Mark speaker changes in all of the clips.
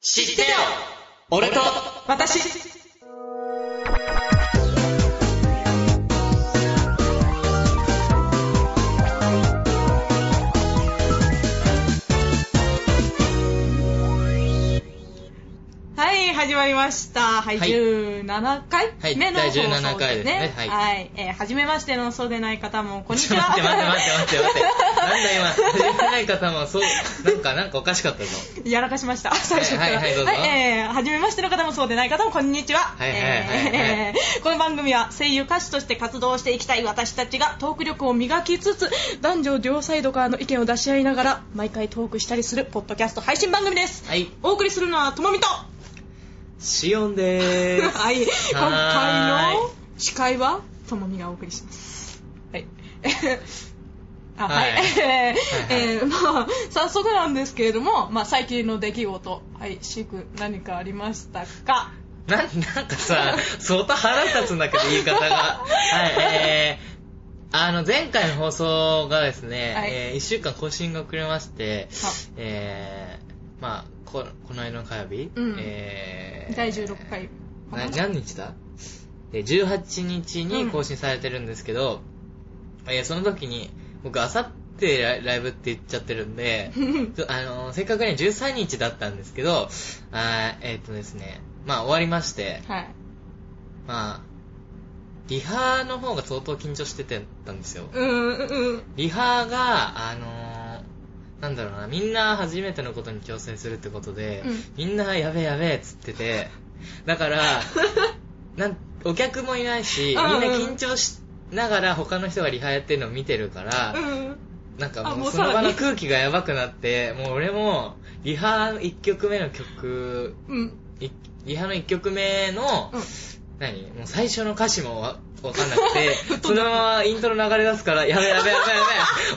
Speaker 1: 知ってよ俺と私
Speaker 2: はい、始まりました。はい、
Speaker 1: はい
Speaker 2: 17
Speaker 1: はい
Speaker 2: 回目の放送ですね。
Speaker 1: 第17回ですねは
Speaker 2: はいい。えー、初めましてのそうでない方も、こんにちは。
Speaker 1: 待って待って待って待って待って。なんだ今、 言ってない方もそう、なんかなんかおかしかったぞ。
Speaker 2: やらかしました、最初から。
Speaker 1: はいはいどうぞ
Speaker 2: えー、初めましての方もそうでない方も、こんにちは。
Speaker 1: はいはいはいはい
Speaker 2: えーこの番組は声優歌手として活動していきたい私たちがトーク力を磨きつつ、男女両サイドからの意見を出し合いながら、毎回トークしたりする、ポッドキャスト配信番組です。
Speaker 1: はい。
Speaker 2: お送りするのは、ともみと。
Speaker 1: シオンでーす。
Speaker 2: はい、今
Speaker 1: はー
Speaker 2: 回の司会はともみがお送りします。 はい。あ
Speaker 1: は
Speaker 2: はいい、えー
Speaker 1: はいはい
Speaker 2: えーまあ早速なんですけれども、まあ最近の出来事、はい、シーク何かありましたか？
Speaker 1: な、なんかさ、相当腹立つんだけど、言い方が。はい、えー、あの、前回の放送がですね、
Speaker 2: はい
Speaker 1: えー、1週間更新が遅れまして
Speaker 2: あ、
Speaker 1: えー、まあ、こ、この間の火曜日、
Speaker 2: うん
Speaker 1: えー、
Speaker 2: 第16回。
Speaker 1: な何日だで ?18 日に更新されてるんですけど、えーその時に、僕、あさってラライブって言っちゃってるんで、ちょあのーせっかくね、13日だったんですけど、あーえーっとですね、まあ終わりまして、
Speaker 2: はい。
Speaker 1: まあ、リハの方が相当緊張してたんですよ。
Speaker 2: うーんうん
Speaker 1: リハが、あのーなんだろうな、みんな初めてのことに挑戦するってことで、
Speaker 2: うん
Speaker 1: みんなやべえやべえっつってて、だ から、なんお客もいないし、みん
Speaker 2: うん
Speaker 1: な
Speaker 2: うん
Speaker 1: 緊張しながら他の人がリハやってるのを見てるから、
Speaker 2: うん。
Speaker 1: なんか
Speaker 2: あも
Speaker 1: もう
Speaker 2: う
Speaker 1: その場
Speaker 2: さら
Speaker 1: の
Speaker 2: に
Speaker 1: 空気がやばくなって、もう俺も、リハ1曲目の曲、
Speaker 2: うん。
Speaker 1: いリハの1曲目の、
Speaker 2: うん
Speaker 1: 何もう最初の歌詞もわわかんなく て、そのままイントロ流れ出すから、やべやべやべや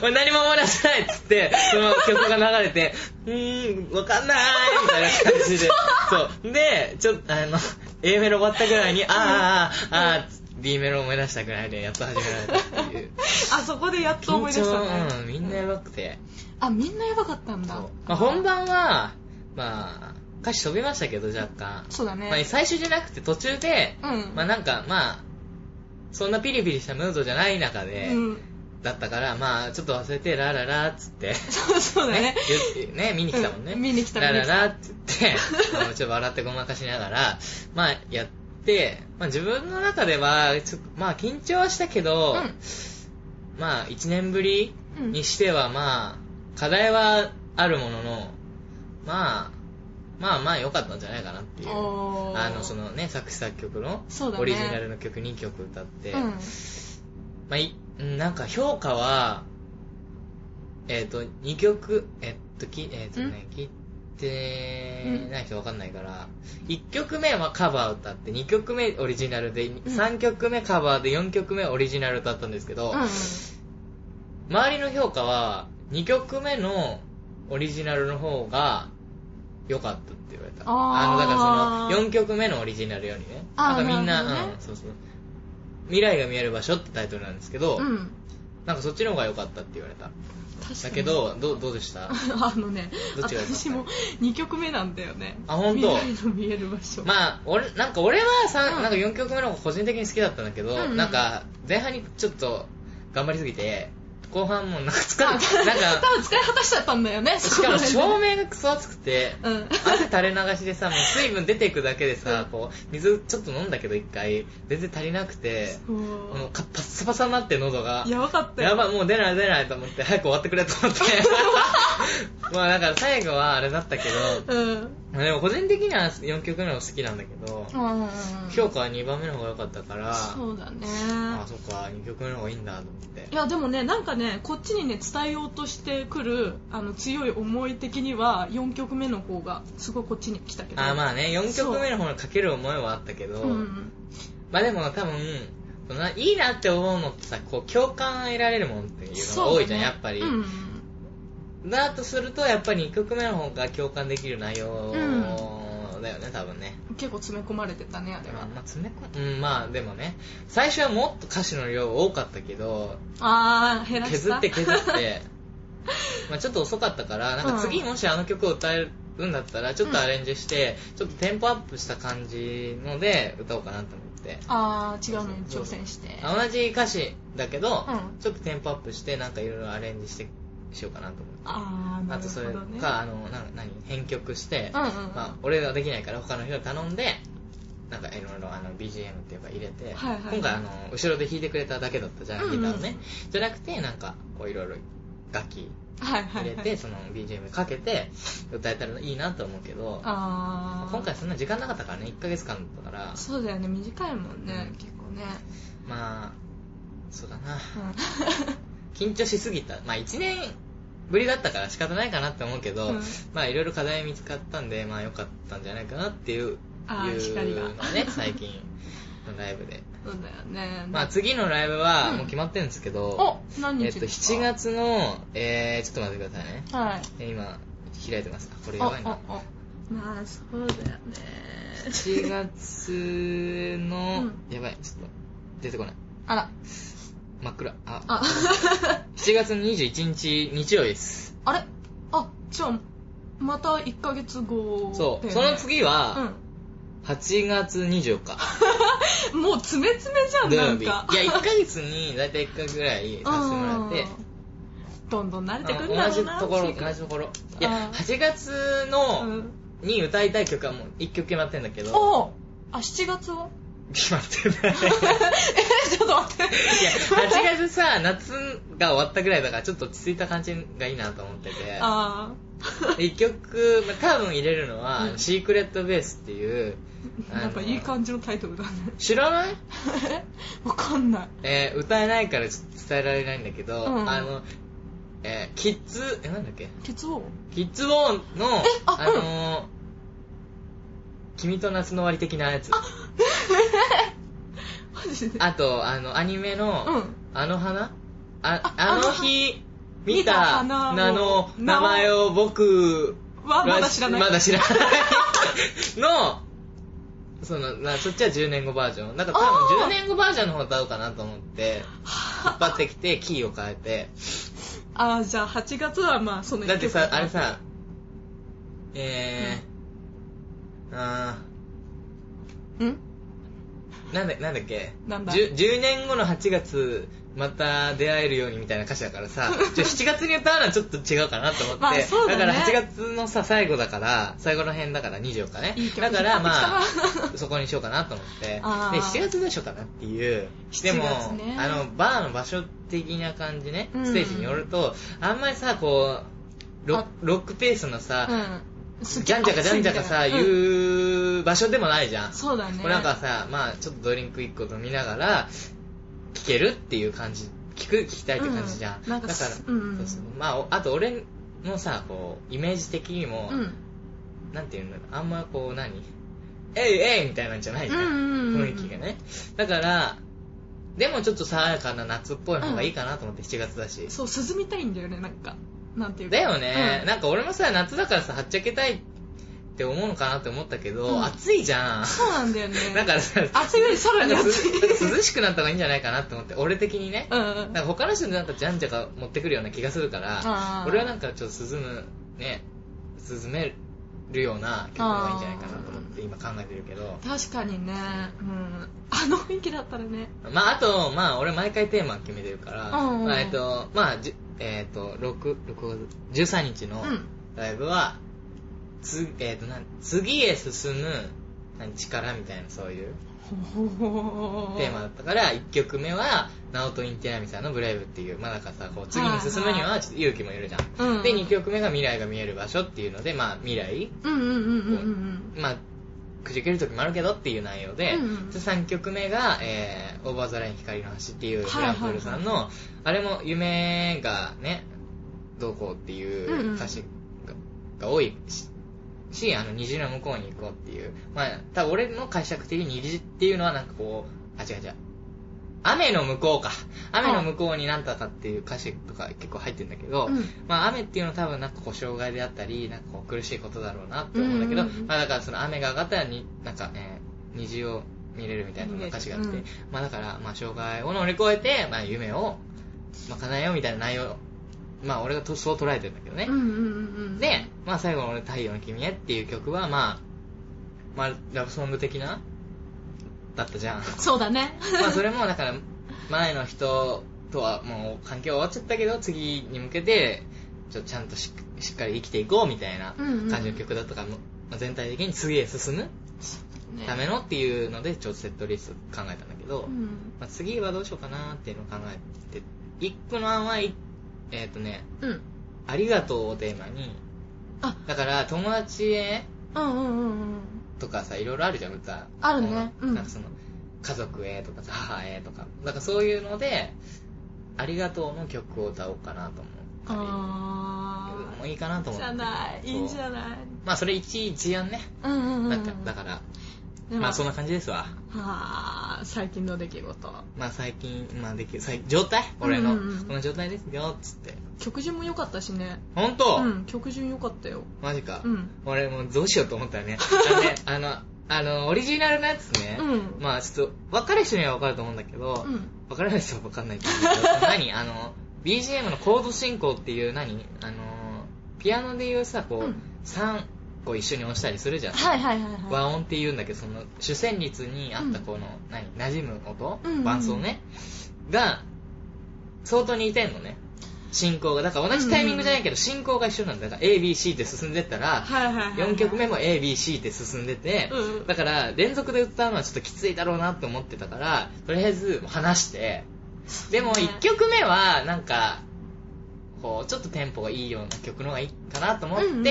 Speaker 1: べ、俺何も思い出せないっつって、その曲が流れて、うーん、わかんないみたいな感 じで、そう。で、ちょっと、あの、A メロ終わったぐらいに、あーあーあーあー、B メロ思い出したぐらいで、やっと始められたっていう。
Speaker 2: あそこでやっと思い出した
Speaker 1: 緊張
Speaker 2: ね。
Speaker 1: うん、みんなやばくて。
Speaker 2: あみんなやばかったんだ
Speaker 1: そう。まあ、本番は、まあ、歌詞飛びましたけど、若干。
Speaker 2: そうだね。
Speaker 1: まあ、最初じゃなくて途中で、
Speaker 2: うん。
Speaker 1: まあなんか、まあ、そんなピリピリしたムードじゃない中で、
Speaker 2: うん。
Speaker 1: だったから、まあ、ちょっと忘れて、ラララっつって、
Speaker 2: そうそうだね。
Speaker 1: 言ってね、見に来たもんね。
Speaker 2: うん見に来た
Speaker 1: ラ
Speaker 2: 見
Speaker 1: ラ
Speaker 2: に来た
Speaker 1: ラっつ って、あのちょっと笑ってごまかしながら、まあ、やって、まあ自分の中では、ちょっとまあ緊張はしたけど、まあ、1年ぶり
Speaker 2: うん
Speaker 1: にしては、まあ、課題はあるものの、まあ、まあまあ良かったんじゃないかなっていう。
Speaker 2: おー
Speaker 1: あの、そのね、作詞作曲の
Speaker 2: そう、だね
Speaker 1: オリジナルの曲2曲歌って、
Speaker 2: うん。
Speaker 1: まあ、いうんなんか評価は、えっ、と、2曲、えっと、き、えっ、とね、聞いてない人わかんないから、1曲目はカバー歌って、2曲目オリジナルで、3曲目カバーで、4曲目オリジナル歌ったんですけど、
Speaker 2: うん。
Speaker 1: 周りの評価は、2曲目のオリジナルの方が良かったって言われた。
Speaker 2: あー
Speaker 1: の、だからその、4曲目のオリジナルよりね。
Speaker 2: あー
Speaker 1: なんかみんな、
Speaker 2: なるほどね
Speaker 1: うん、そうそう。未来が見える場所ってタイトルなんですけど、
Speaker 2: うん。
Speaker 1: なんかそっちの方が良かったって言われた。
Speaker 2: 確かに
Speaker 1: だけど、どうどうでした
Speaker 2: あのね
Speaker 1: どっちが良かった
Speaker 2: 私も2曲目なんだよね
Speaker 1: あ本当
Speaker 2: 未来の見える場所、
Speaker 1: まあ、俺、なんか俺はさ、
Speaker 2: うん
Speaker 1: なんか4曲目の方が個人的に好きだったんだけど、
Speaker 2: うんうん
Speaker 1: なんか前半にちょっと頑張りすぎて、後半もうなんか疲れて、なん
Speaker 2: 多
Speaker 1: か、
Speaker 2: 分使い果たしちゃったんだよね
Speaker 1: しかも
Speaker 2: そこ
Speaker 1: 照
Speaker 2: ら
Speaker 1: 明がクソ熱くて、
Speaker 2: 辺で
Speaker 1: 汗垂れ流しでさ、もう水分出ていくだけでさ、こう、水ちょっと飲んだけど一回、全然足りなくて、
Speaker 2: うんそ
Speaker 1: もうかパッサパサになって喉が
Speaker 2: う。やばかったよ
Speaker 1: やばい、もう出ない出ないと思って、早く終わってくれと思 って。まあだから最後はあれだったけど、
Speaker 2: うん
Speaker 1: まあでも個人的には4曲目の方が好きなんだけど、
Speaker 2: うん
Speaker 1: 評価は2番目の方が良かったから、
Speaker 2: そうだね
Speaker 1: ああ、そっか、2曲目の方がいいんだと思って
Speaker 2: い。やでもねなんかねこっちにね伝えようとしてくるあの強い思い的には4曲目の方がすごいこっちに来たけど
Speaker 1: ああまあね、4曲目の方がかける思いはあったけど、
Speaker 2: うん
Speaker 1: まあでも多分、そのいいなって思うのってさ、こう共感得られるもんっていうのが多いじゃん、やっぱり。
Speaker 2: うん
Speaker 1: だとすると、やっぱり1曲目の方が共感できる内容だよね、多分ね。
Speaker 2: 結構詰め込まれてたねあれ
Speaker 1: まあ、
Speaker 2: は
Speaker 1: まあ、詰め込むうん、まあでもね、最初はもっと歌詞の量多かったけど、
Speaker 2: ああ減らし
Speaker 1: 削
Speaker 2: た
Speaker 1: って削って、まあちょっと遅かったから、なんか次もしあの曲を歌えうんだったらちょっとアレンジして、ちょっとテンポアップした感じので歌おうかなと思って
Speaker 2: あー違うのに挑戦して
Speaker 1: あ同じ歌詞だけど、
Speaker 2: うん
Speaker 1: ちょっとテンポアップしてなんかいろいろアレンジしてしようかなと思って
Speaker 2: あーな
Speaker 1: あ
Speaker 2: る
Speaker 1: とそれ
Speaker 2: ほどね
Speaker 1: か、あの、な何編曲して、
Speaker 2: うんうん
Speaker 1: まあ、俺ができないから他の人に頼んで、なんかいろいろあの BGM っていうか入れて、
Speaker 2: はいはい
Speaker 1: 今回あの、後ろで弾いてくれただけだったじゃん、
Speaker 2: うんうん
Speaker 1: ギターをね。じゃなくて、なんか、こういろいろ楽器
Speaker 2: はいは
Speaker 1: 入れ
Speaker 2: い
Speaker 1: て、
Speaker 2: はい
Speaker 1: その BGM かけて、歌えたらいいなと思うけど、
Speaker 2: あー
Speaker 1: 今回そんな時間なかったからね、1ヶ月間だったから、
Speaker 2: そうだよね短いもんね、
Speaker 1: うん
Speaker 2: 結構 ね、
Speaker 1: まあ、そうだな、
Speaker 2: う
Speaker 1: 緊張しすぎた。まあ1年ぶりだったから仕方ないかなって思うけど、
Speaker 2: うん
Speaker 1: まあいろいろ課題見つかったんで、まあ良かったんじゃないかなっていう、
Speaker 2: あー
Speaker 1: いう
Speaker 2: 光が
Speaker 1: のね、最近のライブで。
Speaker 2: ん、そうだよね
Speaker 1: まあ次のライブは
Speaker 2: うん
Speaker 1: もう決まってるんですけ
Speaker 2: お
Speaker 1: ど、
Speaker 2: 何
Speaker 1: え
Speaker 2: 日
Speaker 1: っと
Speaker 2: ですか
Speaker 1: 7月の、えー、ちょっと待ってくださいね。
Speaker 2: はい
Speaker 1: えー今、開いてます。あ、これ
Speaker 2: お
Speaker 1: や
Speaker 2: お
Speaker 1: ばいな。
Speaker 2: おまあそうだよね
Speaker 1: 7月の、
Speaker 2: うん
Speaker 1: やばい、ちょっと出てこない。
Speaker 2: あら
Speaker 1: 真っ暗。あ、
Speaker 2: あ
Speaker 1: 7月の21日日曜日です。
Speaker 2: あれあじゃあまた1ヶ月後
Speaker 1: そう。
Speaker 2: だ
Speaker 1: そ
Speaker 2: よね
Speaker 1: の次は、8月24日。
Speaker 2: うん、もう詰め詰めじゃん
Speaker 1: 土
Speaker 2: な
Speaker 1: 曜
Speaker 2: ん
Speaker 1: 日。い
Speaker 2: か
Speaker 1: や、1ヶ月に大体1回ぐらいさせてもらって、
Speaker 2: うんどんどん慣れてくんだ
Speaker 1: あの
Speaker 2: ろう
Speaker 1: 同じ
Speaker 2: な
Speaker 1: ところ、
Speaker 2: 次か
Speaker 1: 同
Speaker 2: ら
Speaker 1: じところ。いや
Speaker 2: あ、ー
Speaker 1: 8月
Speaker 2: う
Speaker 1: の、
Speaker 2: ん
Speaker 1: に歌いたい曲はもう1曲決まってんだけど、
Speaker 2: おあ7月は
Speaker 1: 決まってない。
Speaker 2: えちょっと待って
Speaker 1: いや、8月さ、夏が終わったぐらいだから、ちょっと落ち着いた感じがいいなと思ってて、
Speaker 2: あー
Speaker 1: 1曲、まあ多分入れるのは、
Speaker 2: うん
Speaker 1: シークレットベースっていう、あの
Speaker 2: なんかいい感じのタイトルだね
Speaker 1: 知らない
Speaker 2: わかんない
Speaker 1: えー歌えないからちょっと伝えられないんだけど、
Speaker 2: うん
Speaker 1: あの、えーキッズ、え、なんだっけ
Speaker 2: ケツ王
Speaker 1: キッズウォーンの、
Speaker 2: あ
Speaker 1: あのー君と夏の終わり的なやつ。あ
Speaker 2: マジで
Speaker 1: と、あの、アニメの、
Speaker 2: うん
Speaker 1: あの花あ
Speaker 2: あ、
Speaker 1: あの日、見
Speaker 2: 見た
Speaker 1: た
Speaker 2: 花を
Speaker 1: 名の名前を僕
Speaker 2: はまだ知らない
Speaker 1: まだ知らない。の、その、なそっちは10年後バージョン。なんか多分
Speaker 2: あー
Speaker 1: 10年後バージョンの方歌おうかなと思って、引っ張ってきて、キーを変えて。
Speaker 2: あーじゃあ8月はまあその
Speaker 1: だってさ、
Speaker 2: 一曲
Speaker 1: あれさ、えー、あ
Speaker 2: うん
Speaker 1: ー、なんだ、なんだっけ
Speaker 2: なんだ
Speaker 1: じゅ 10, 年後の8月、また出会えるようにみたいな歌詞だから さ、ちょ7月に歌うのはちょっと違うかなと思って、
Speaker 2: まあそうだね
Speaker 1: から8月のさ、最後だから、最後の辺だから24日ね。
Speaker 2: いい曲
Speaker 1: だからまあ
Speaker 2: 引っ張ってきた、
Speaker 1: そこにしようかなと思って、で、
Speaker 2: あー
Speaker 1: 7月どうしようかなっていう。でも
Speaker 2: 7月ね、
Speaker 1: あの、バーの場所的な感じね、
Speaker 2: うん
Speaker 1: ステージによると、あんまりさ、こう、ロ
Speaker 2: あ
Speaker 1: ロックペースのさ、
Speaker 2: うん
Speaker 1: じゃんじゃかじゃんじゃかさ、
Speaker 2: うん
Speaker 1: 言う場所でもないじゃん。
Speaker 2: そうだね
Speaker 1: これなんかさ、まあちょっとドリンク1個飲みながら、聞けるっていう感じ、聞く、聞きたいって感じじゃん。
Speaker 2: うんなんか
Speaker 1: だから、
Speaker 2: すうん
Speaker 1: そうそうまあおあと俺のさ、こう、イメージ的にも、
Speaker 2: うん
Speaker 1: なんていうんだろう、あんまこう何、えいえいみたいなんじゃないじゃん。
Speaker 2: うんうんうんうん
Speaker 1: 雰囲気がね。だから、でもちょっと爽やかな夏っぽい方がいいかなと思って、7月だし。
Speaker 2: そう涼みたいんだよねなんかなんていうか
Speaker 1: だよね、
Speaker 2: うん
Speaker 1: なんか俺もさ、夏だからさ、はっちゃけたいって思うのかなって思ったけど、
Speaker 2: うん
Speaker 1: 暑いじゃん。
Speaker 2: そうなんだよね
Speaker 1: だからさ、
Speaker 2: 暑いよりさらに
Speaker 1: なんか
Speaker 2: 暑
Speaker 1: す
Speaker 2: い
Speaker 1: 涼しくなった方がいいんじゃないかなって思って、俺的にね。
Speaker 2: うん
Speaker 1: なんか他の人でなんかじゃんじゃか持ってくるような気がするから
Speaker 2: あ、ー
Speaker 1: 俺はなんかちょっと涼む、ね、涼めるような曲の方がいいんじゃないかなと思って今考えてるけど。
Speaker 2: 確かにねうんあの雰囲気だった らね
Speaker 1: まああと、まあ俺毎回テーマ決めてるから、
Speaker 2: うんうん
Speaker 1: まあえっと、まあ、じゅえっと、6、6、13日の
Speaker 2: うん
Speaker 1: ライブは、つ、えっと、なん次へ進む、何、力みたいなそういう
Speaker 2: ほほ
Speaker 1: テーマだったから、1曲目は、ナオト・インティアミさんのブレイブっていう、まあなんかさ、こう、次に進むに
Speaker 2: はいは
Speaker 1: は、ちょっと勇気もいるじゃん。
Speaker 2: うん
Speaker 1: で、2曲目が未来が見える場所っていうので、まあ未来、
Speaker 2: うんうんうんうんうん
Speaker 1: まあ、くじける時もあるけどっていう内容で、
Speaker 2: うんうん
Speaker 1: で3曲目が、えー、オーバーザライン光の橋っていうフ
Speaker 2: はい
Speaker 1: ラ
Speaker 2: はい
Speaker 1: ンクフルさんの、あれも夢がね、どうこうって
Speaker 2: うんう
Speaker 1: い
Speaker 2: ん
Speaker 1: う歌詞が,、多いし、しあの、虹の向こうに行こうっていう、まあ、多分俺の解釈的に虹っていうのはなんかこう、あ、違う違う。雨の向こうか。雨の向こうになんとかっていう歌詞とか結構入ってるんだけど、
Speaker 2: うん
Speaker 1: まあ雨っていうのは多分なんかこう障害であったり、なんかこう苦しいことだろうなって思うんだけど、
Speaker 2: うんうんうん
Speaker 1: まあだからその雨が上がったらに、なんか、えー虹を見れるみたいな歌詞があって、
Speaker 2: 見れる
Speaker 1: まあだから、まあ障害を乗り越えて、まあ夢を、まあ叶えようみたいな内容、まあ俺がとそう捉えてるんだけどね。
Speaker 2: うんうんうんうん
Speaker 1: で、まあ最後の俺太陽の君へっていう曲はまあ、まあラブソング的なだったじゃん。
Speaker 2: そうだね。
Speaker 1: まあそれもだから前の人とはもう関係は終わっちゃったけど次に向けてちょちゃんとししっかり生きていこうみたいな
Speaker 2: うんうん
Speaker 1: 感じの曲だったから、もうまあ全体的に次へ進む
Speaker 2: ね
Speaker 1: ためのっていうのでちょっとセットリスト考えたんだけど、
Speaker 2: うん。
Speaker 1: まあ、次はどうしようかなっていうのを考えて一個の案はいえっ、とね
Speaker 2: うん。
Speaker 1: 「ありがとう」をテーマに
Speaker 2: あ、
Speaker 1: だから友達へ
Speaker 2: うんうんうんうん。
Speaker 1: とかさいろいろあるじゃん歌
Speaker 2: あるね
Speaker 1: この
Speaker 2: うん
Speaker 1: なんかその家族へとかさ母へとかだからそういうので「ありがとう」の曲を歌おうかなと思う
Speaker 2: あ
Speaker 1: もういいかなと
Speaker 2: ー。
Speaker 1: 思
Speaker 2: じ
Speaker 1: って
Speaker 2: ゃない。いいんじ
Speaker 1: そう
Speaker 2: ゃない。
Speaker 1: まあそれ一一案ね
Speaker 2: うんうんうん。
Speaker 1: だからだから
Speaker 2: でも
Speaker 1: まあそんな感じですわ
Speaker 2: あー最近の出来事。
Speaker 1: まあ最近まあできる最状態俺の、
Speaker 2: うんうんうん
Speaker 1: この状態ですよっつって
Speaker 2: 曲順も良かったしね。
Speaker 1: 本当、
Speaker 2: うん、曲順良かったよ。
Speaker 1: マジか、
Speaker 2: うん
Speaker 1: 俺もうどうしようと思ったよ ねあのねあのあのオリジナルのやつね、
Speaker 2: うん
Speaker 1: まあちょっと分かる人には分かると思うんだけど、
Speaker 2: うん。
Speaker 1: 分からない人は分かんない と思うんだけど何あの BGM のコード進行っていう何あのピアノでいうさこう、
Speaker 2: うん
Speaker 1: 3個一緒に押したりするじゃん、
Speaker 2: はいはいはいはい。
Speaker 1: 和音って言うんだけどその主旋律にあったこの、何馴染む音、
Speaker 2: うんうん
Speaker 1: 伴奏ねが相当似てんのね進行がだから同じタイミングじゃないけど進行が一緒なんだだから ABC って進んでったら
Speaker 2: はいはいはいはい。
Speaker 1: 4曲目も ABC って進んでて
Speaker 2: うんうん
Speaker 1: だから連続で歌うのはちょっときついだろうなって思ってたからとりあえず離してでも
Speaker 2: ね
Speaker 1: 1曲目はなんかこうちょっとテンポがいいような曲の方がいいかなと思って、
Speaker 2: うんうんうん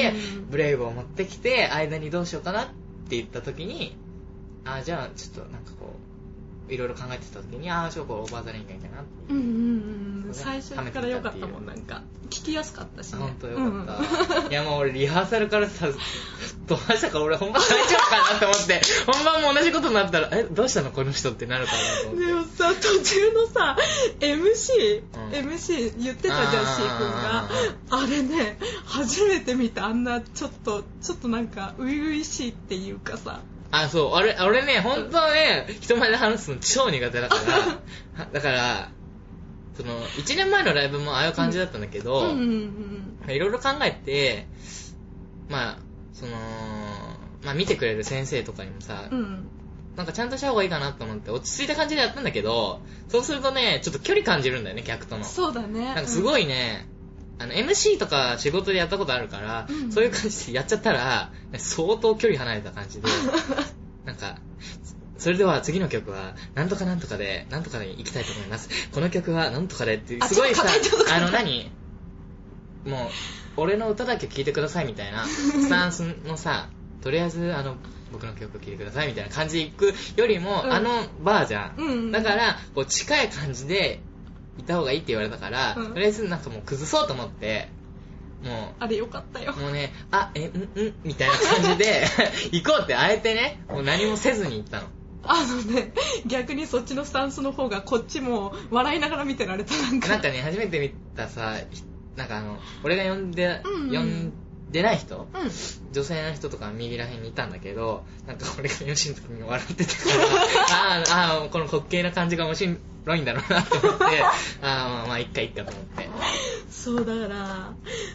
Speaker 1: ブレイブを持ってきて間にどうしようかなって言った時にあじゃあちょっとなんかこういろいろ考えてた時にああしょうこオーバーザレインがいいかなって
Speaker 2: うんうんうんう
Speaker 1: そ
Speaker 2: ん。
Speaker 1: う
Speaker 2: 最
Speaker 1: ね
Speaker 2: 初から良かったもん、なんか。聞きやすかったしね。
Speaker 1: 本当よかった、
Speaker 2: うんうん
Speaker 1: いやもう俺リハーサルからさ飛ばしたから俺本番泣いちゃうかなと思って本番も同じことになったらえどうしたのこの人ってなるかなと思って
Speaker 2: でもさ途中のさ MC、
Speaker 1: うん
Speaker 2: MC 言ってたじゃん
Speaker 1: あー
Speaker 2: C 君があれね初めて見たあんなちょっとちょっとなんか初々しいっていうかさ
Speaker 1: あそう俺俺ね本当はね人前で話すの超苦手だから はだからその1年前のライブもああいう感じだったんだけ
Speaker 2: う
Speaker 1: ど、
Speaker 2: んうんうん
Speaker 1: いろいろ考えて、まあ、その、まあ見てくれる先生とかにもさ、
Speaker 2: うん
Speaker 1: なんかちゃんとした方がいいかなと思って落ち着いた感じでやったんだけど、そうするとね、ちょっと距離感じるんだよね、客との。
Speaker 2: そうだね
Speaker 1: なんかすごいね、あの、MC とか仕事でやったことあるから、
Speaker 2: うん
Speaker 1: そういう感じでやっちゃったら、相当距離離れた感じ で、なんか、それでは次の曲は、なんとかなんとかで、なんとかに行きたいと思います。この曲は、なんとかでっていう、
Speaker 2: あ
Speaker 1: すごいさ
Speaker 2: ちょっと硬いちょっと、
Speaker 1: あ
Speaker 2: 硬い
Speaker 1: の何、もう、俺の歌だけ聴いてくださいみたい な、スタンスのさ、とりあえず、あの、僕の曲聴いてくださいみたいな感じで行くよりも、
Speaker 2: うん
Speaker 1: あのバーじゃん。
Speaker 2: うんうんうん
Speaker 1: だから、こう、近い感じで、いた方がいいって言われたから、
Speaker 2: うん
Speaker 1: とりあえずなんかもう崩そうと思って、も
Speaker 2: あれ良かったよ
Speaker 1: う、もうね、あ、え、うん、うん、みたいな感じで、 行こうってあえてね、もう何もせずに行ったの。
Speaker 2: あのね逆にそっちのスタンスの方がこっちも笑いながら見てられたなんか
Speaker 1: なんかね、初めて見たさ、ひなんかあの、俺が呼んで、
Speaker 2: うんうん
Speaker 1: 呼んでない人
Speaker 2: うん
Speaker 1: 女性の人とか右らへんにいたんだけど、なんか俺が吉の時に笑ってた から、あーあー、この滑稽な感じが面白いんだろうなと思って、あーまあまあ、いっかいっかと思って。
Speaker 2: そうだから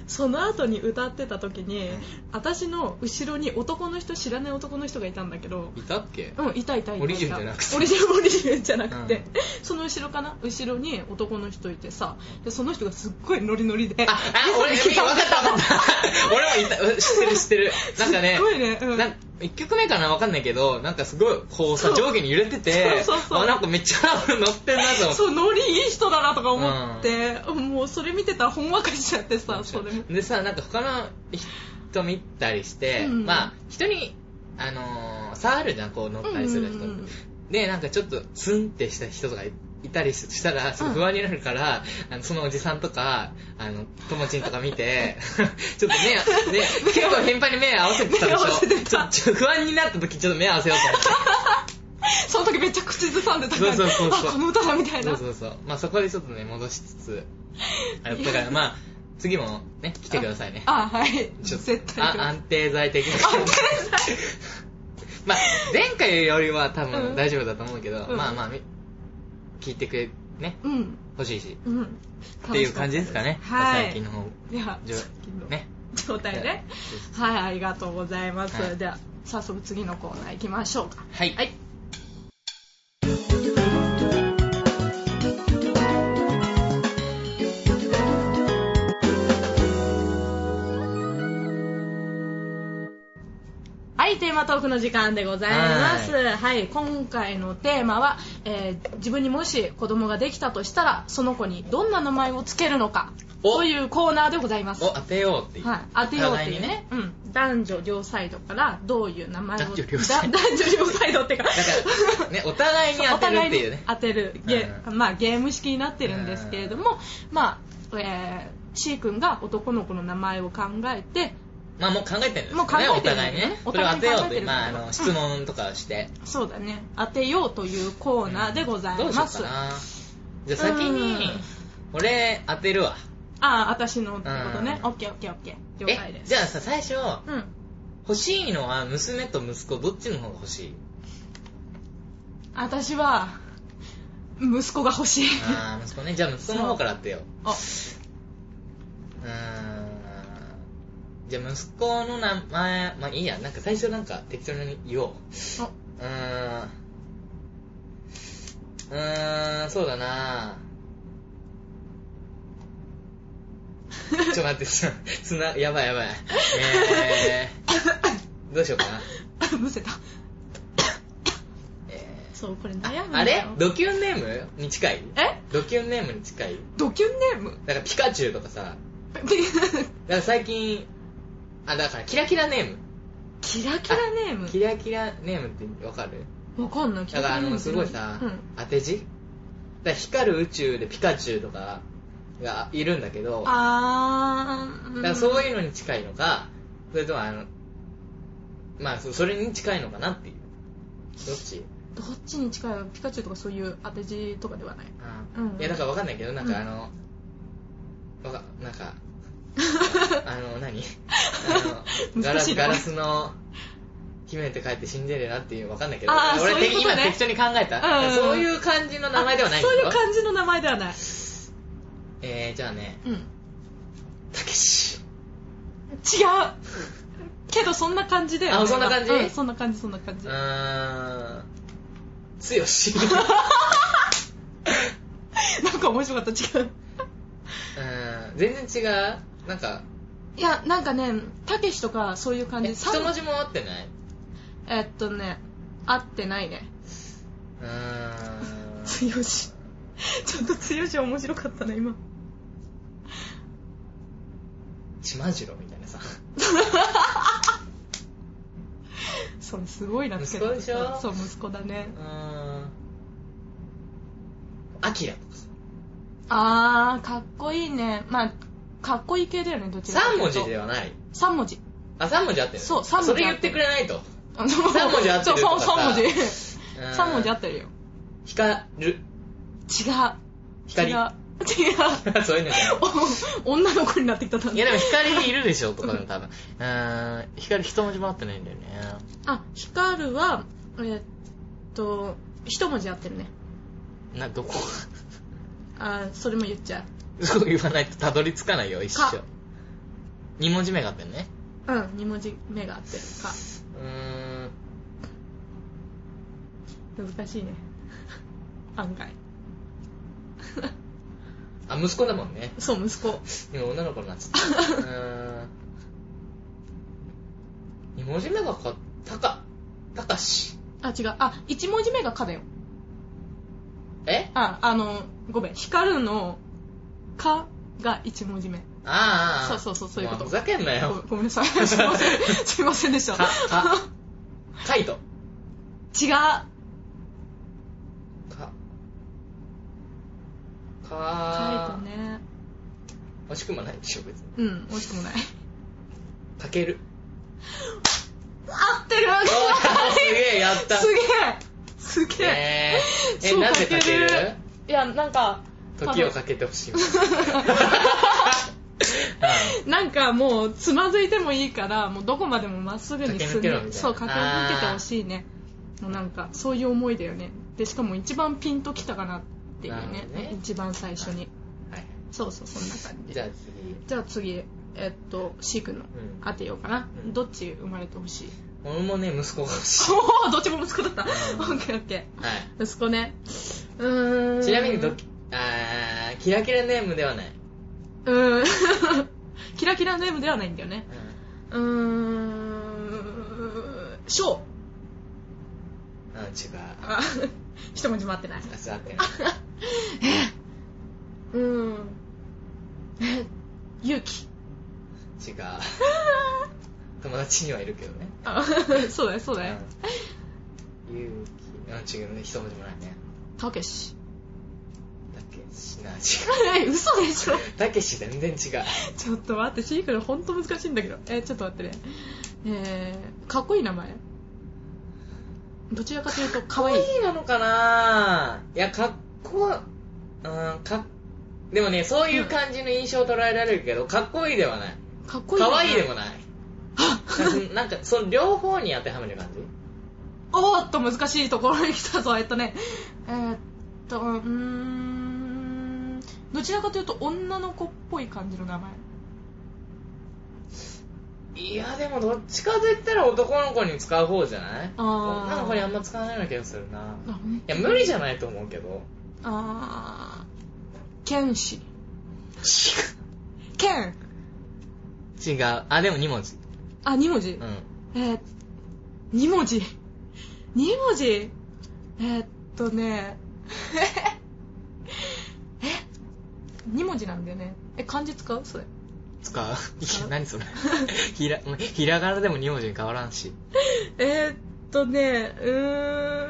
Speaker 2: その後に歌ってた時に私の後ろに男の人知らない男の人がいたんだけど
Speaker 1: いたっけ
Speaker 2: うん、いたいたいた。
Speaker 1: オリジュンじゃなくて
Speaker 2: オリジュン、オリジュンじゃなくて。
Speaker 1: うん
Speaker 2: その後ろかな後ろに男の人いてさ、で、その人がすっごいノリノリで。
Speaker 1: あ、あ、俺、分かった分か った。俺はいた、うん知ってる知ってる。なんかね、
Speaker 2: すっごいね。うん。
Speaker 1: なん1曲目かな分かんないけど、なんかすごい、こうさ、
Speaker 2: そう
Speaker 1: 上下に揺れてて、
Speaker 2: そうそうそう
Speaker 1: あ、なんかめっちゃ俺乗ってんなと思って。
Speaker 2: そう、ノリいい人だなとか思って、もうそれ見てたらほんわかしちゃってさ、それも。
Speaker 1: でさ、なんか他の人見たりして、
Speaker 2: うん
Speaker 1: まあ、人に、あのー、差あるじゃん、こう乗ったりする人。
Speaker 2: うんうんうん
Speaker 1: で、なんかちょっとツンってした人とかいいたりしたら、すごい不安になるから、あのそのおじさんとか、あの、ともちんとか見て、 ちょっと目、ね、結構頻繁に目合わせてたでし
Speaker 2: 目合わせて
Speaker 1: ょ。ちょ
Speaker 2: た
Speaker 1: ちょ不安になった時ちょっと目合わせようと思って。
Speaker 2: その時めっちゃ口ずさんでたから、
Speaker 1: そうそうそうそう
Speaker 2: あ、この歌だみたい
Speaker 1: そ
Speaker 2: な。
Speaker 1: うそうそう。まあそこでちょっとね、戻しつ つ、あだからまあ、次もね、来てくださいね。
Speaker 2: あ、はい。
Speaker 1: ちょっと
Speaker 2: 絶対
Speaker 1: あ安定剤的な感じ。 まあ、前回よりは多
Speaker 2: うん
Speaker 1: 分大丈夫だと思うけど、
Speaker 2: うん
Speaker 1: まあまあ、み聞いてくれ、ね、
Speaker 2: うん。
Speaker 1: 欲しいし。
Speaker 2: うん。
Speaker 1: っていう感じですかね。
Speaker 2: はい
Speaker 1: 最近の方、
Speaker 2: いや、
Speaker 1: じょ
Speaker 2: さっきの
Speaker 1: ね、
Speaker 2: 状態ねはいありがとうございます、
Speaker 1: はい
Speaker 2: では早速次のコーナー行きましょうか
Speaker 1: はい
Speaker 2: はいはい、テーマトークの時間でございます。はい,、今回のテーマは、えー自分にもし子供ができたとしたら、その子にどんな名前をつけるのか、
Speaker 1: お
Speaker 2: というコーナーでございます。
Speaker 1: お当てようっていう、
Speaker 2: はい、当てようっていうね
Speaker 1: お互
Speaker 2: うん、男女両サイドからどういう名前を
Speaker 1: 男女両サイド
Speaker 2: だ男女両サイドってか
Speaker 1: だからねお互いに当てるっていうね
Speaker 2: お互に当てるゲ,、まあ、ゲーム式になってるんですけれども、まあえー、C 君が男の子の名前を考えて
Speaker 1: まあもう考えてるんですよね
Speaker 2: もう考えてる
Speaker 1: お互いにね
Speaker 2: お
Speaker 1: それを
Speaker 2: 互
Speaker 1: 当
Speaker 2: い
Speaker 1: てようっ
Speaker 2: に考えてる
Speaker 1: てまああの質問とかして
Speaker 2: そうだね当てようというコーナーでござい
Speaker 1: どうしよ
Speaker 2: ま
Speaker 1: う
Speaker 2: す、
Speaker 1: か
Speaker 2: あ
Speaker 1: なじゃあ先
Speaker 2: うん
Speaker 1: に俺当てるわ
Speaker 2: あー私のってことね
Speaker 1: うん
Speaker 2: OKOKOK 了解
Speaker 1: え
Speaker 2: です
Speaker 1: じゃあさ最初
Speaker 2: うん
Speaker 1: 欲しいのは娘と息子どっちの方が欲しい
Speaker 2: 私は息子が欲しい
Speaker 1: ああ息子ねじゃあ息子の方から当てよう
Speaker 2: あ
Speaker 1: うーんじゃあ息子の名前まあいいやなんか最初なんか適当に言おう
Speaker 2: お
Speaker 1: うーんうーんそうだなちょっと待ってつなつなやばいやばいえー、どうしようかな
Speaker 2: あむせた
Speaker 1: え
Speaker 2: そうこれ
Speaker 1: ー
Speaker 2: 悩むん
Speaker 1: あ
Speaker 2: だよ
Speaker 1: あれドキュンネームに近い
Speaker 2: え
Speaker 1: ドキュンネームに近い
Speaker 2: ドキュンネーム
Speaker 1: だからピカチュウとかさだから最近あだからキラキラネーム
Speaker 2: キラキラネー
Speaker 1: キラキラネームってわかる
Speaker 2: ムわかんないキ
Speaker 1: だ
Speaker 2: ラキ
Speaker 1: から
Speaker 2: ラ
Speaker 1: あの
Speaker 2: ネームって
Speaker 1: すごいさ、
Speaker 2: うん
Speaker 1: 当て字だから光る宇宙でピカチュウとかがいるんだけどだ
Speaker 2: あー
Speaker 1: からそういううのに近いのかそれともあのまあそそれに近いのかなっていうどっち、
Speaker 2: んどっちに近いのピカチュウとかそういう当て字とかではない
Speaker 1: うん
Speaker 2: うん
Speaker 1: いやだからわかんないけどなんかあの、わかなん かあの何あのガラ
Speaker 2: 難し
Speaker 1: ス
Speaker 2: いな
Speaker 1: ガラスの姫って書いてシンデレラっていうわかんないけど
Speaker 2: あー
Speaker 1: 俺
Speaker 2: そういうことね
Speaker 1: 今適当に考えた、
Speaker 2: うん
Speaker 1: そういう感じの名前ではないん
Speaker 2: あ
Speaker 1: だ
Speaker 2: そう
Speaker 1: よ
Speaker 2: いう感じの名前ではない
Speaker 1: えー、じゃあね、
Speaker 2: うん違う
Speaker 1: たけし。
Speaker 2: けどそんな感じで
Speaker 1: あそんな感じ
Speaker 2: うんそんな感じそんな感
Speaker 1: う
Speaker 2: じ
Speaker 1: ーん、つよし。 う
Speaker 2: なんか面白かった違う
Speaker 1: ーん、全然違う。なんか、
Speaker 2: いやなんかねたけしとかそういう感
Speaker 1: え
Speaker 2: じ
Speaker 1: 一文字も合ってない
Speaker 2: えっとね合ってないね
Speaker 1: うーん、
Speaker 2: 強し ちょっと強し面白かったな今
Speaker 1: ちまじろうみたいなさ。
Speaker 2: それすごいな
Speaker 1: 息子でしょ
Speaker 2: そう息子だね
Speaker 1: うーん、あきらとか
Speaker 2: あーかっこいいねまあかっこいい系だよねどちら
Speaker 1: さ。三文字で
Speaker 2: よ
Speaker 1: はない。
Speaker 2: 3文字
Speaker 1: あ、三文字合ってる
Speaker 2: そう三文
Speaker 1: そ
Speaker 2: 字
Speaker 1: れ言ってくれないと。
Speaker 2: 三
Speaker 1: 三文字合ってると
Speaker 2: そう
Speaker 1: かさ
Speaker 2: 3文字
Speaker 1: うーん
Speaker 2: 3文字合ってるよ
Speaker 1: 光る。
Speaker 2: 違う
Speaker 1: 光
Speaker 2: 違う違 う
Speaker 1: そういうのじゃない。
Speaker 2: お女の子になってきただ
Speaker 1: いやでも光いるでしょとかの多分。うーん、光一文字も合ってないんだよね。
Speaker 2: あ光るはえーっと一文字合ってるね
Speaker 1: な、どこ
Speaker 2: あーそれも言っちゃ
Speaker 1: そう言わないとたどり着かないよ、一生
Speaker 2: か。
Speaker 1: 二文字目があってね。
Speaker 2: ううん二文字目が合ってるか
Speaker 1: うーん。
Speaker 2: 難しいね 案外
Speaker 1: あ、息子だもんね。
Speaker 2: そう息子
Speaker 1: 今女の子になっちゃった。うーん。二文字目がか、たか、たかし。
Speaker 2: あ違うあ一文字目が「か」だよ
Speaker 1: え
Speaker 2: ああのごめん光るの「か」が一文字目
Speaker 1: ああああ。
Speaker 2: そうそうそうそういうこと
Speaker 1: もふざけんな
Speaker 2: ご
Speaker 1: よ。
Speaker 2: ごめん なさいすいませんすいませんでした
Speaker 1: か、か、かいと。
Speaker 2: 違う
Speaker 1: か、
Speaker 2: 「か」
Speaker 1: か
Speaker 2: と、ね
Speaker 1: 惜しくもないでしょ、別に。
Speaker 2: うん惜しくもない
Speaker 1: かけ る。
Speaker 2: 合ってる
Speaker 1: おーすげえ、やった。
Speaker 2: すげえすげえ
Speaker 1: えー、え
Speaker 2: そう
Speaker 1: なんでかける
Speaker 2: かけるいやなんか
Speaker 1: 時をかけてほしいみたいな
Speaker 2: なんかもうつまずいてもいいからもうどこまでもまっすぐに進ん
Speaker 1: 駆け抜けろみたい
Speaker 2: で
Speaker 1: な
Speaker 2: そう駆け抜けてほしいねもうなんかそういう思いだよねでしかも一番ピンときたかなっていう
Speaker 1: なる
Speaker 2: ね
Speaker 1: ほどね
Speaker 2: 一番最初に
Speaker 1: はい
Speaker 2: そうそうそんな感じ
Speaker 1: じゃあ次
Speaker 2: じゃあ次えっと、シー君の
Speaker 1: うん
Speaker 2: 当てようかな、
Speaker 1: うん
Speaker 2: どっち生まれてほしい
Speaker 1: 俺もね、息子が欲しい。
Speaker 2: おおどっちも息子だったオ
Speaker 1: うん
Speaker 2: ッケーオッケ
Speaker 1: はい。
Speaker 2: ー息子ねうーん
Speaker 1: ちなみにドキ、あー、キラキラネームではない。
Speaker 2: うーん キラキラネームではないんだよね
Speaker 1: う
Speaker 2: うーんショー
Speaker 1: ん。うん、違う。
Speaker 2: あ 一文字も合ってない
Speaker 1: あ、そう、合ってる。
Speaker 2: うーんえ勇気
Speaker 1: 違う。友達にはいるけどね。
Speaker 2: あそうだよそうだよ
Speaker 1: うん勇気。うん、違うね。一文字もないね。
Speaker 2: たけし
Speaker 1: たけしな、違
Speaker 2: え嘘でしょ
Speaker 1: う。たけし全然違う。
Speaker 2: ちょっと待って、シークルほんと難しいんだけど。えーちょっと待ってね。えー、かっこいい名前どちらかというと、かわいい。
Speaker 1: いなのかないや、かっこは、うん、かっ、でもね、そういう感じの印象を捉えられるけど、かっこいいではない。
Speaker 2: かっこいい。
Speaker 1: かわいいで も。ない。
Speaker 2: あ
Speaker 1: なんか、その両方に当てはめる感じ
Speaker 2: おーっと難しいところに来たぞ、 えっとね。えーっと、うーん、どちらかというと、女の子っぽい感じの名前。
Speaker 1: いや、でもどっちかと言ったら男の子に使う方じゃない
Speaker 2: あー
Speaker 1: 女の子にあんま使わないような気がするな。
Speaker 2: あ、ほん
Speaker 1: いや、無理じゃないと思うけど。
Speaker 2: あー、剣士。剣
Speaker 1: 違う。あ、でも2文字。
Speaker 2: あ、2文字。
Speaker 1: うん。
Speaker 2: えー、2文字。2文字えー、っとね、 え ?2 文字なんだよね。え、漢字使うそれ。
Speaker 1: 使ういや、何それ。 ひら、ひらがなでも2文字に変わらんし。
Speaker 2: えー、っとね、うー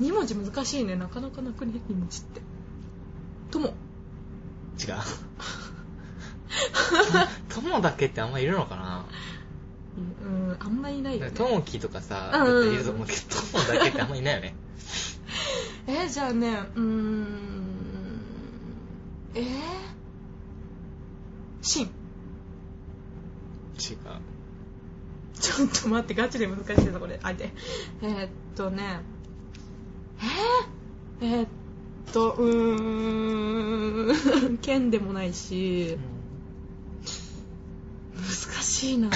Speaker 2: ん。2文字難しいね。なかなかなくね、2文字って。とも。
Speaker 1: 違う。ともだけってあんまいるのかな
Speaker 2: うん、あんまりいないよね。
Speaker 1: ともきとかさ、
Speaker 2: うん
Speaker 1: 絶対いると思うけど、ともだけってあんまいないよね。
Speaker 2: えー、じゃあね、うーん。えー、しん。
Speaker 1: 違う。
Speaker 2: ちょっと待って、ガチで難しいぞ、これ。あ、で。えー、っとね。えー、えー、っと、うーん。剣でもないし、難しいな。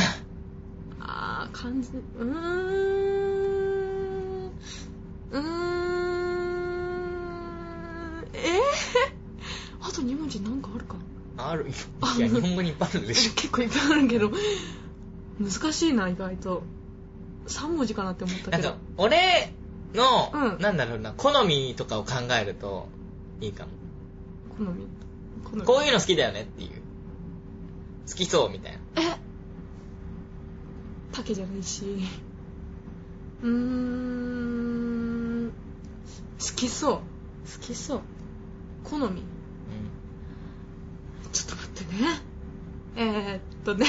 Speaker 2: あー、漢字、うーん。うーん。えー、あと2文字なんかあるか
Speaker 1: ある。いや、日本語にいっぱいあるで しょ。
Speaker 2: 結構いっぱいあるけど、難しいな、意外と。3文字かなって思った
Speaker 1: な
Speaker 2: け
Speaker 1: ん
Speaker 2: ど。
Speaker 1: か、俺の、
Speaker 2: うん
Speaker 1: なんだろうな、好みとかを考えると、いいかも。
Speaker 2: 好み好み
Speaker 1: こういうの好きだよねっていう。好きそうみたいな。
Speaker 2: え竹じゃないしうーん好きそう好きそう好みちょっと待ってねえー、っとね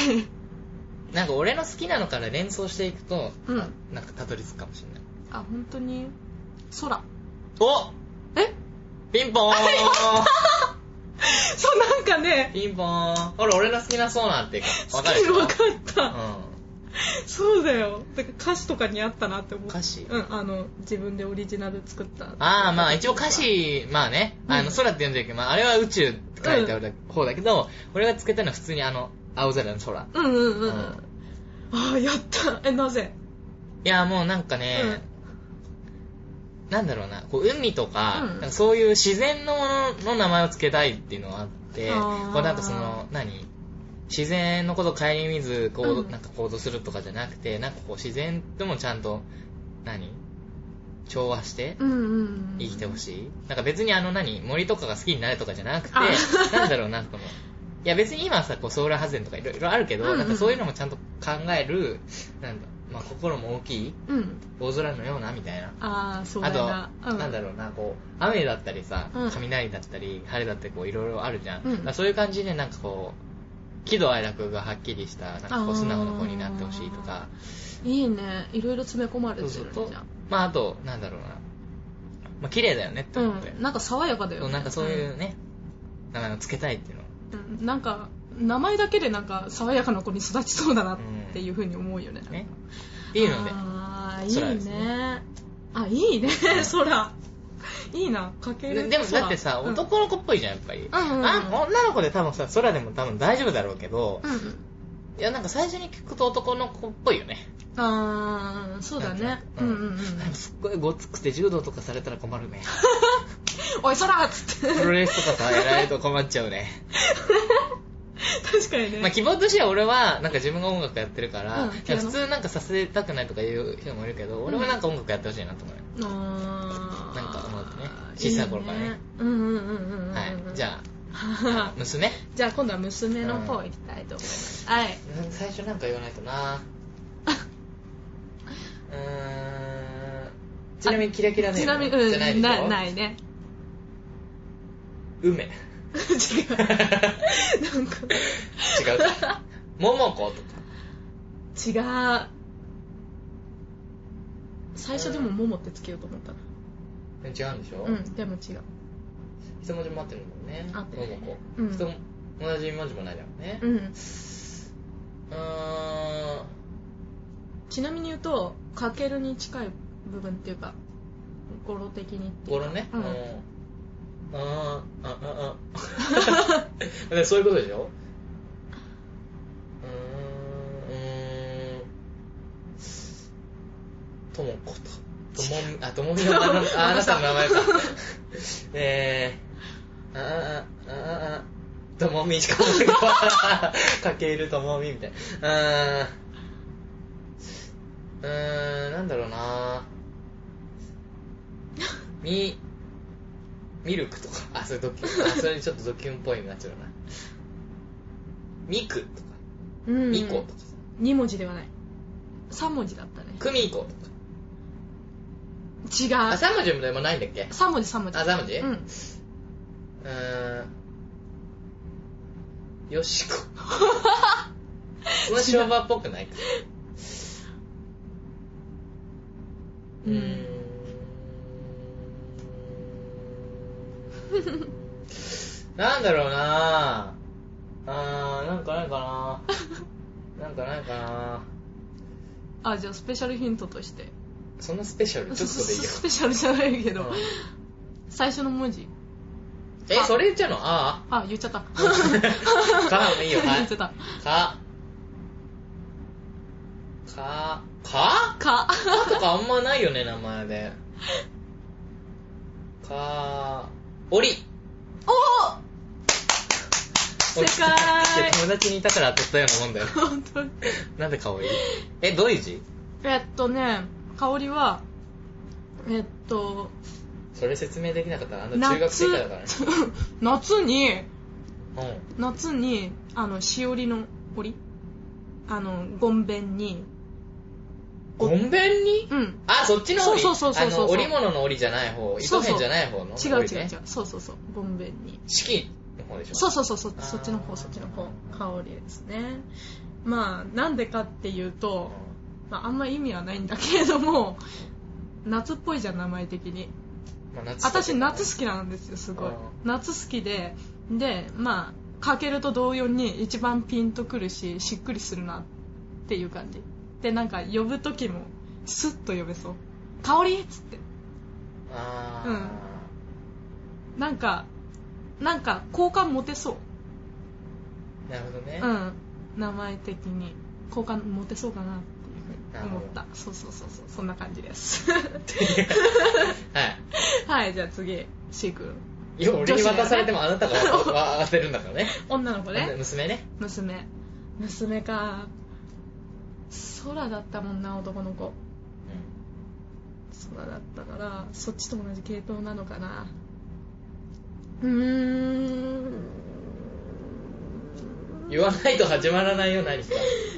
Speaker 1: うん。なんか俺の好きなのから連想していくと、
Speaker 2: うん
Speaker 1: あなんかたどり着くかもしれない。
Speaker 2: あ本当に空
Speaker 1: お
Speaker 2: え
Speaker 1: ピンポー ン
Speaker 2: そうなんかね
Speaker 1: ピンポーンほら、俺の好きなそうなんていうか、
Speaker 2: 好
Speaker 1: わ
Speaker 2: き
Speaker 1: かるでしょ
Speaker 2: 分かった、
Speaker 1: う
Speaker 2: そうだよだから歌詞とかにあったなって思う
Speaker 1: 歌詞
Speaker 2: うんあの自分でオリジナル作った
Speaker 1: ん。ああ、まあ一応歌詞、まあね、あ
Speaker 2: う
Speaker 1: の、
Speaker 2: ん
Speaker 1: 空って呼んでるけど、まああれは宇宙って書いてある方だけど、俺がつけたのは普通にあの、青空の空。
Speaker 2: うんうんうん、
Speaker 1: う
Speaker 2: う
Speaker 1: ん
Speaker 2: ん、ああやったえなぜ
Speaker 1: いや、もうなんかね、なんだろうな、こう海とか、
Speaker 2: うん
Speaker 1: なんかそういう自然のものの名前を付けたいっていうのがあって、
Speaker 2: あー
Speaker 1: こうなんかその、何自然のことを顧みずこう、
Speaker 2: うん
Speaker 1: なんか行動するとかじゃなくて、なんかこう自然ともちゃんと、何調和して
Speaker 2: うんうんうん
Speaker 1: 生きてほしい。なんか別にあの何森とかが好きになるとかじゃなくて
Speaker 2: あ、
Speaker 1: なんだろうな、この、いや別に今はさ、こうソーラー発電とかいろいろあるけど、
Speaker 2: うんうん
Speaker 1: なんかそういうのもちゃんと考える、なんだ、まあ心も大きい
Speaker 2: うん
Speaker 1: 大空のようなみたいな。
Speaker 2: ああそうだ
Speaker 1: あと、
Speaker 2: なう
Speaker 1: なんだろうな、こう、雨だったりさ
Speaker 2: うん、
Speaker 1: 雷だったり、晴れだったり、こう、いろいろあるじゃん。
Speaker 2: うん
Speaker 1: だからそういう感じで、なんかこう、喜怒哀楽がはっきりした、なんかこ
Speaker 2: あー
Speaker 1: う、素直な子になってほしいとか、
Speaker 2: いいねいろいろ詰め込まれて
Speaker 1: そ
Speaker 2: る
Speaker 1: う
Speaker 2: ね
Speaker 1: する
Speaker 2: じ
Speaker 1: と
Speaker 2: ゃ、
Speaker 1: まあ、あと、なんだろうな、まあ、綺麗だよねって
Speaker 2: あう
Speaker 1: 思って、
Speaker 2: んなんか爽やかだよ
Speaker 1: そう
Speaker 2: ね
Speaker 1: なんかそういうね、名前をつけたいっていうの。
Speaker 2: うん、うんなんか名前だけでなんか爽やかな子に育ちそうだなっていうふうに思うよね、
Speaker 1: ね。っていうので、
Speaker 2: ああいい
Speaker 1: 空
Speaker 2: ね
Speaker 1: です
Speaker 2: あいいね空いいなかけ
Speaker 1: で
Speaker 2: る
Speaker 1: でもだってさ、
Speaker 2: 空うん
Speaker 1: 男の子っぽいじゃんやっぱり、
Speaker 2: うんうんうん
Speaker 1: あ女の子で多分さ空でも多分大丈夫だろうけど、
Speaker 2: うんうん
Speaker 1: いやなんか最初に聞くと男の子っぽいよね
Speaker 2: あーそうだねうんうんうん
Speaker 1: でもすっごいごつくて柔道とかされたら困る ね
Speaker 2: おい空っつっ
Speaker 1: プ
Speaker 2: て
Speaker 1: ロレスとかさやられると困っちゃうね
Speaker 2: 確かにね、
Speaker 1: まあ希望としては俺はなんか自分が音楽やってるから、
Speaker 2: うん
Speaker 1: いや普通なんかさせたくないとか言う人もいるけど俺はなんか音楽やってほしいなと思う、
Speaker 2: あー
Speaker 1: なんか思ってね小さい頃からね
Speaker 2: うんうんうんうんうん、
Speaker 1: はいじゃあ
Speaker 2: あ
Speaker 1: 娘
Speaker 2: じゃあ今度は娘の方行きたいと思います、はい
Speaker 1: うん最初なんか言わないとなうーん ちなみにキラキラネーム
Speaker 2: ちなみに、うん、
Speaker 1: じゃないでしょ
Speaker 2: なない ね
Speaker 1: 梅
Speaker 2: 違うなんか
Speaker 1: 違うか桃子とか
Speaker 2: 違う最初でも「もも」ってつけようと思ったな
Speaker 1: 違うんでしょ、
Speaker 2: うんでも違う
Speaker 1: 一文字も合ってるもんね
Speaker 2: 合ってる
Speaker 1: 桃子、
Speaker 2: うん
Speaker 1: 人も同じ文字もないだろうね
Speaker 2: うん
Speaker 1: うーん
Speaker 2: ちなみに言うと「かける」に近い部分っていうか語呂的にってい
Speaker 1: 語
Speaker 2: うか
Speaker 1: 呂ね、
Speaker 2: うん
Speaker 1: うん、あーああああ でそういうことでしょうーんうーんともことともみあともみのあなああなたの名前か えー、あああああともみしか思い浮 かばないかけるともみみたいなうーんうーんなんだろうな み、ミルクとか。あ、それドキュン。あ、それちょっとドキュンっぽいになっちゃうな。ミクとか、
Speaker 2: うん
Speaker 1: ミコとか、
Speaker 2: 2文字ではない3文字だったね
Speaker 1: クミコとか。
Speaker 2: 違
Speaker 1: あ、
Speaker 2: う
Speaker 1: 3文字もでもないんだっけ
Speaker 2: 3文字3文字
Speaker 1: あ、3文字
Speaker 2: う
Speaker 1: うんーん。よし こ。その昭和っぽくないか。う
Speaker 2: う
Speaker 1: ー
Speaker 2: ん
Speaker 1: ん。なんだろうなぁ。あー、なんかないかななんかないかな
Speaker 2: あじゃあスペシャルヒントとして
Speaker 1: そんなスペシャルちょっとでいいよ。
Speaker 2: スペシャルじゃないけど、
Speaker 1: うん
Speaker 2: 最初の文字
Speaker 1: え、それ言っちゃうのあ
Speaker 2: あ言っちゃ った
Speaker 1: あ。かもいいよ。は
Speaker 2: 言
Speaker 1: い
Speaker 2: っちゃ。った
Speaker 1: か。か。かか
Speaker 2: か
Speaker 1: とかあんまないよね、名前で。か。おり
Speaker 2: おお世界
Speaker 1: 友達にいたから当たったようなもんだよ。
Speaker 2: 本当に
Speaker 1: なんでかおりえ、どういう字
Speaker 2: えっとね香りはえっと
Speaker 1: それ説明できなかったら、あの中学生
Speaker 2: 夏
Speaker 1: 以 下だからね。
Speaker 2: 夏に
Speaker 1: うん。
Speaker 2: 夏にあのしおりのりあのごんべんに
Speaker 1: ごんべんに
Speaker 2: うん
Speaker 1: あ、そっちの折り
Speaker 2: そうそうそうそうそう
Speaker 1: あの、織物の織じゃない方、糸編じゃない方の
Speaker 2: 違う
Speaker 1: 織
Speaker 2: 違う
Speaker 1: ね。
Speaker 2: 違うそうそうそうごんべんに
Speaker 1: 四季の方でしょ
Speaker 2: そう
Speaker 1: う。
Speaker 2: そうそうそ
Speaker 1: あー
Speaker 2: そっちの方そっちの方香りですねまあなんでかっていうと、まあ、あんま意味はないんだけれども夏っぽいじゃん名前的に
Speaker 1: まあ、夏
Speaker 2: 私夏好きなんですよすごい
Speaker 1: うん
Speaker 2: 夏好きででまあかけると同様に一番ピンとくるししっくりするなっていう感じでなんか呼ぶ時もスッと呼べそう「香り!」っつって
Speaker 1: あ
Speaker 2: うなんかなんか好感持てそう
Speaker 1: ーなるほどね。
Speaker 2: うん名前的に好感持てそうかなっていうふうに思っ
Speaker 1: な
Speaker 2: たそうそうそうそうそんな感じです
Speaker 1: は
Speaker 2: はいじゃあ次 C 君
Speaker 1: い。いや、俺に渡されてもあなたが 渡せるんだからね。
Speaker 2: 女の子ね
Speaker 1: 娘ね。
Speaker 2: 娘娘か空だったもんな男の子空だったからそっちと同じ系統なのかなうーん
Speaker 1: 言わないと始まらないよ、何か。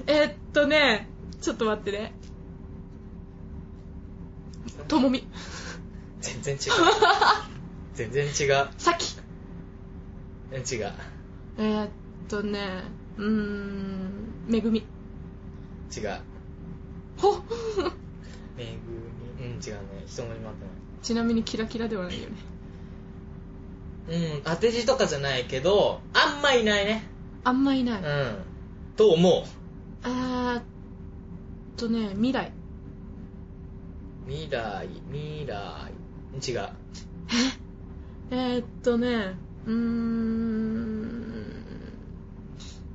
Speaker 2: えっとねちょっと待ってねともみ
Speaker 1: 全 然違う。全然違う。
Speaker 2: さき
Speaker 1: うん違う。
Speaker 2: えーっとね、うーん、めぐみ。
Speaker 1: 違う。
Speaker 2: ほっ
Speaker 1: めぐみ。うん、違うね。一文字もあってない。
Speaker 2: ちなみにキラキラではないよね。
Speaker 1: うん、当て字とかじゃないけど、あんまいないね。
Speaker 2: あんまいうない。
Speaker 1: ん。と思
Speaker 2: えーっとね、未来。
Speaker 1: う。未来、未来。違う。
Speaker 2: え ーっとね、うーん、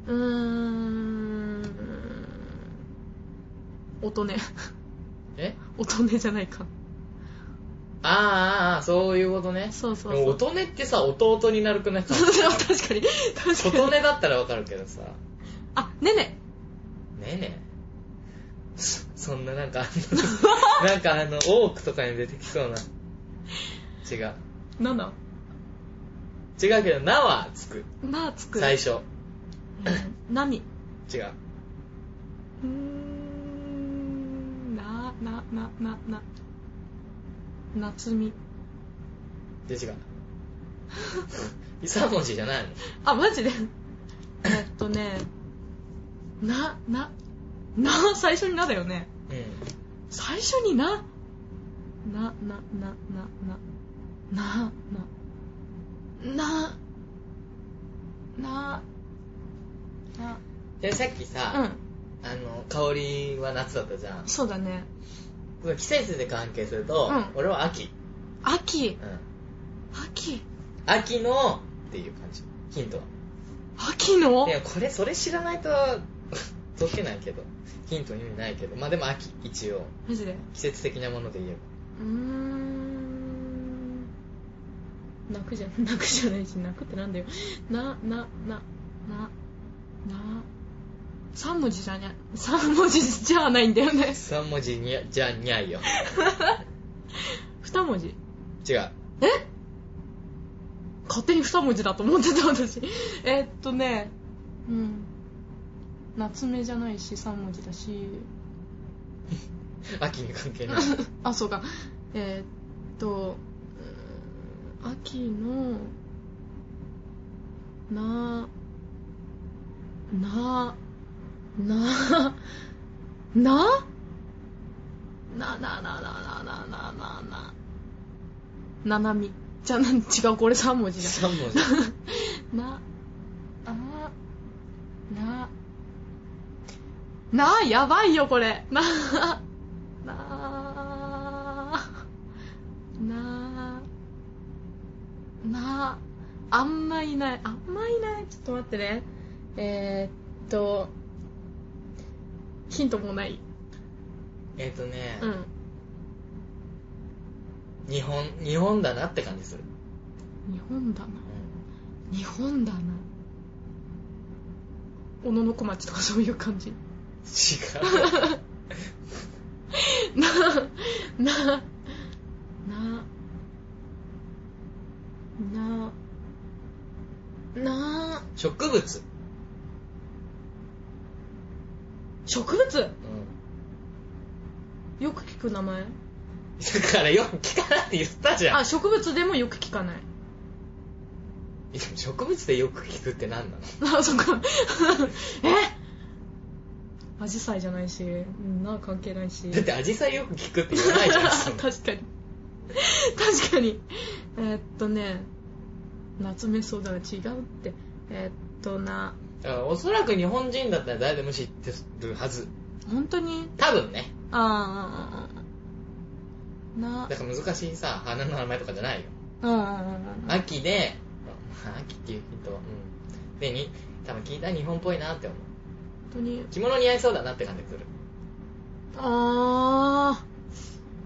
Speaker 2: うーん、音ね。
Speaker 1: え
Speaker 2: 音ねじゃないか。
Speaker 1: あーあーあー、そういうことね。
Speaker 2: そうそう
Speaker 1: でも
Speaker 2: そ
Speaker 1: 音
Speaker 2: う。
Speaker 1: 音ってさ、弟になるくないか
Speaker 2: 確かに、確か
Speaker 1: 音
Speaker 2: に。
Speaker 1: 音だったらわかるけどさ。
Speaker 2: あ、ね
Speaker 1: ね
Speaker 2: ね。
Speaker 1: えねえ。そそんななんか、 あのなんかあの、オークとかに出てきそうな。違う。
Speaker 2: なんだ
Speaker 1: 違うけど、なはつく。
Speaker 2: なあつく。
Speaker 1: 最初。
Speaker 2: うん。なに。
Speaker 1: 違う。
Speaker 2: うーん、な、な、な、な、な。夏み。
Speaker 1: で、 違う。3文字じゃないの
Speaker 2: あ、マジでえっとね、な、な、な、最初になだよね。
Speaker 1: う
Speaker 2: 最初にな、な、な、な、な、な、な、な、な、な、な、
Speaker 1: ん。で、さっき
Speaker 2: う
Speaker 1: さ、あ
Speaker 2: ん、
Speaker 1: の、香りは夏だったじゃん。
Speaker 2: そうだね。
Speaker 1: その季節で関係すると、
Speaker 2: うん
Speaker 1: 俺は秋。う
Speaker 2: 秋、
Speaker 1: ん。
Speaker 2: 秋、
Speaker 1: 秋のっていう感じ。ヒントは。
Speaker 2: 秋の
Speaker 1: いや、これ、それ知らないと、 解けないけど。ヒント意味ないけど。まあでも秋、一応。
Speaker 2: マジで。
Speaker 1: 季節的なもので言えば。
Speaker 2: うーん。泣くじゃ、 泣くじゃないし、泣くってなんだよ。な、な、な、な、な、三文字じゃにゃ、三文字じゃないんだよね。
Speaker 1: 3文字にゃじゃあにゃいよ。
Speaker 2: 二文字。
Speaker 1: 違う。
Speaker 2: え勝手に二文字だと思ってた私。えーっとね、うん。夏目じゃないし、三文字だし。
Speaker 1: 秋に関係ない。
Speaker 2: あ、そうか。えーっと、うーん秋の、な、な、な、な、な、な、な、な、な、な、な、な、な、ななみ。じゃ、なん違う、これ3文字じ
Speaker 1: 3文字。
Speaker 2: ゃん。 な、あ、な、な、やばいよ、これ。な、な、な、な、あんまいない。あんまいない。ちょっと待ってね。えー、っと、ヒントもない。
Speaker 1: えっとね、
Speaker 2: うん。
Speaker 1: 日本、日本だなって感じする。
Speaker 2: 日本だな
Speaker 1: う。ん
Speaker 2: 日本だな。小野の小町とかそういう感 じ。
Speaker 1: 違 う。
Speaker 2: な、な、な、な、な、
Speaker 1: 植物。
Speaker 2: 植物
Speaker 1: うん。
Speaker 2: よく聞く名前
Speaker 1: だからよく聞かないって言ったじゃん。
Speaker 2: あ、植物でもよく聞かない。
Speaker 1: いや植物でよく聞くって何なの
Speaker 2: あ、そっか。えアジサイじゃないし、うんな、関係ないし。
Speaker 1: だってアジサイよく聞くって言わないじゃん。そんな
Speaker 2: 確かに。確かに。えーっとね、夏目そうだが違うって。えーっとな、
Speaker 1: だからおそらく日本人だったら誰でも知ってるはず。
Speaker 2: 本当に
Speaker 1: 多分ね。
Speaker 2: ああ、な
Speaker 1: だ、から難しいさ、花の名前とかじゃないよ。
Speaker 2: うんうんうんうん。
Speaker 1: 秋で、まあ秋っていうヒントは、うん。で、に、多分聞いたら日本っぽいなって思う。
Speaker 2: 本当に、
Speaker 1: 着物似合いそうだなって感じする。
Speaker 2: あ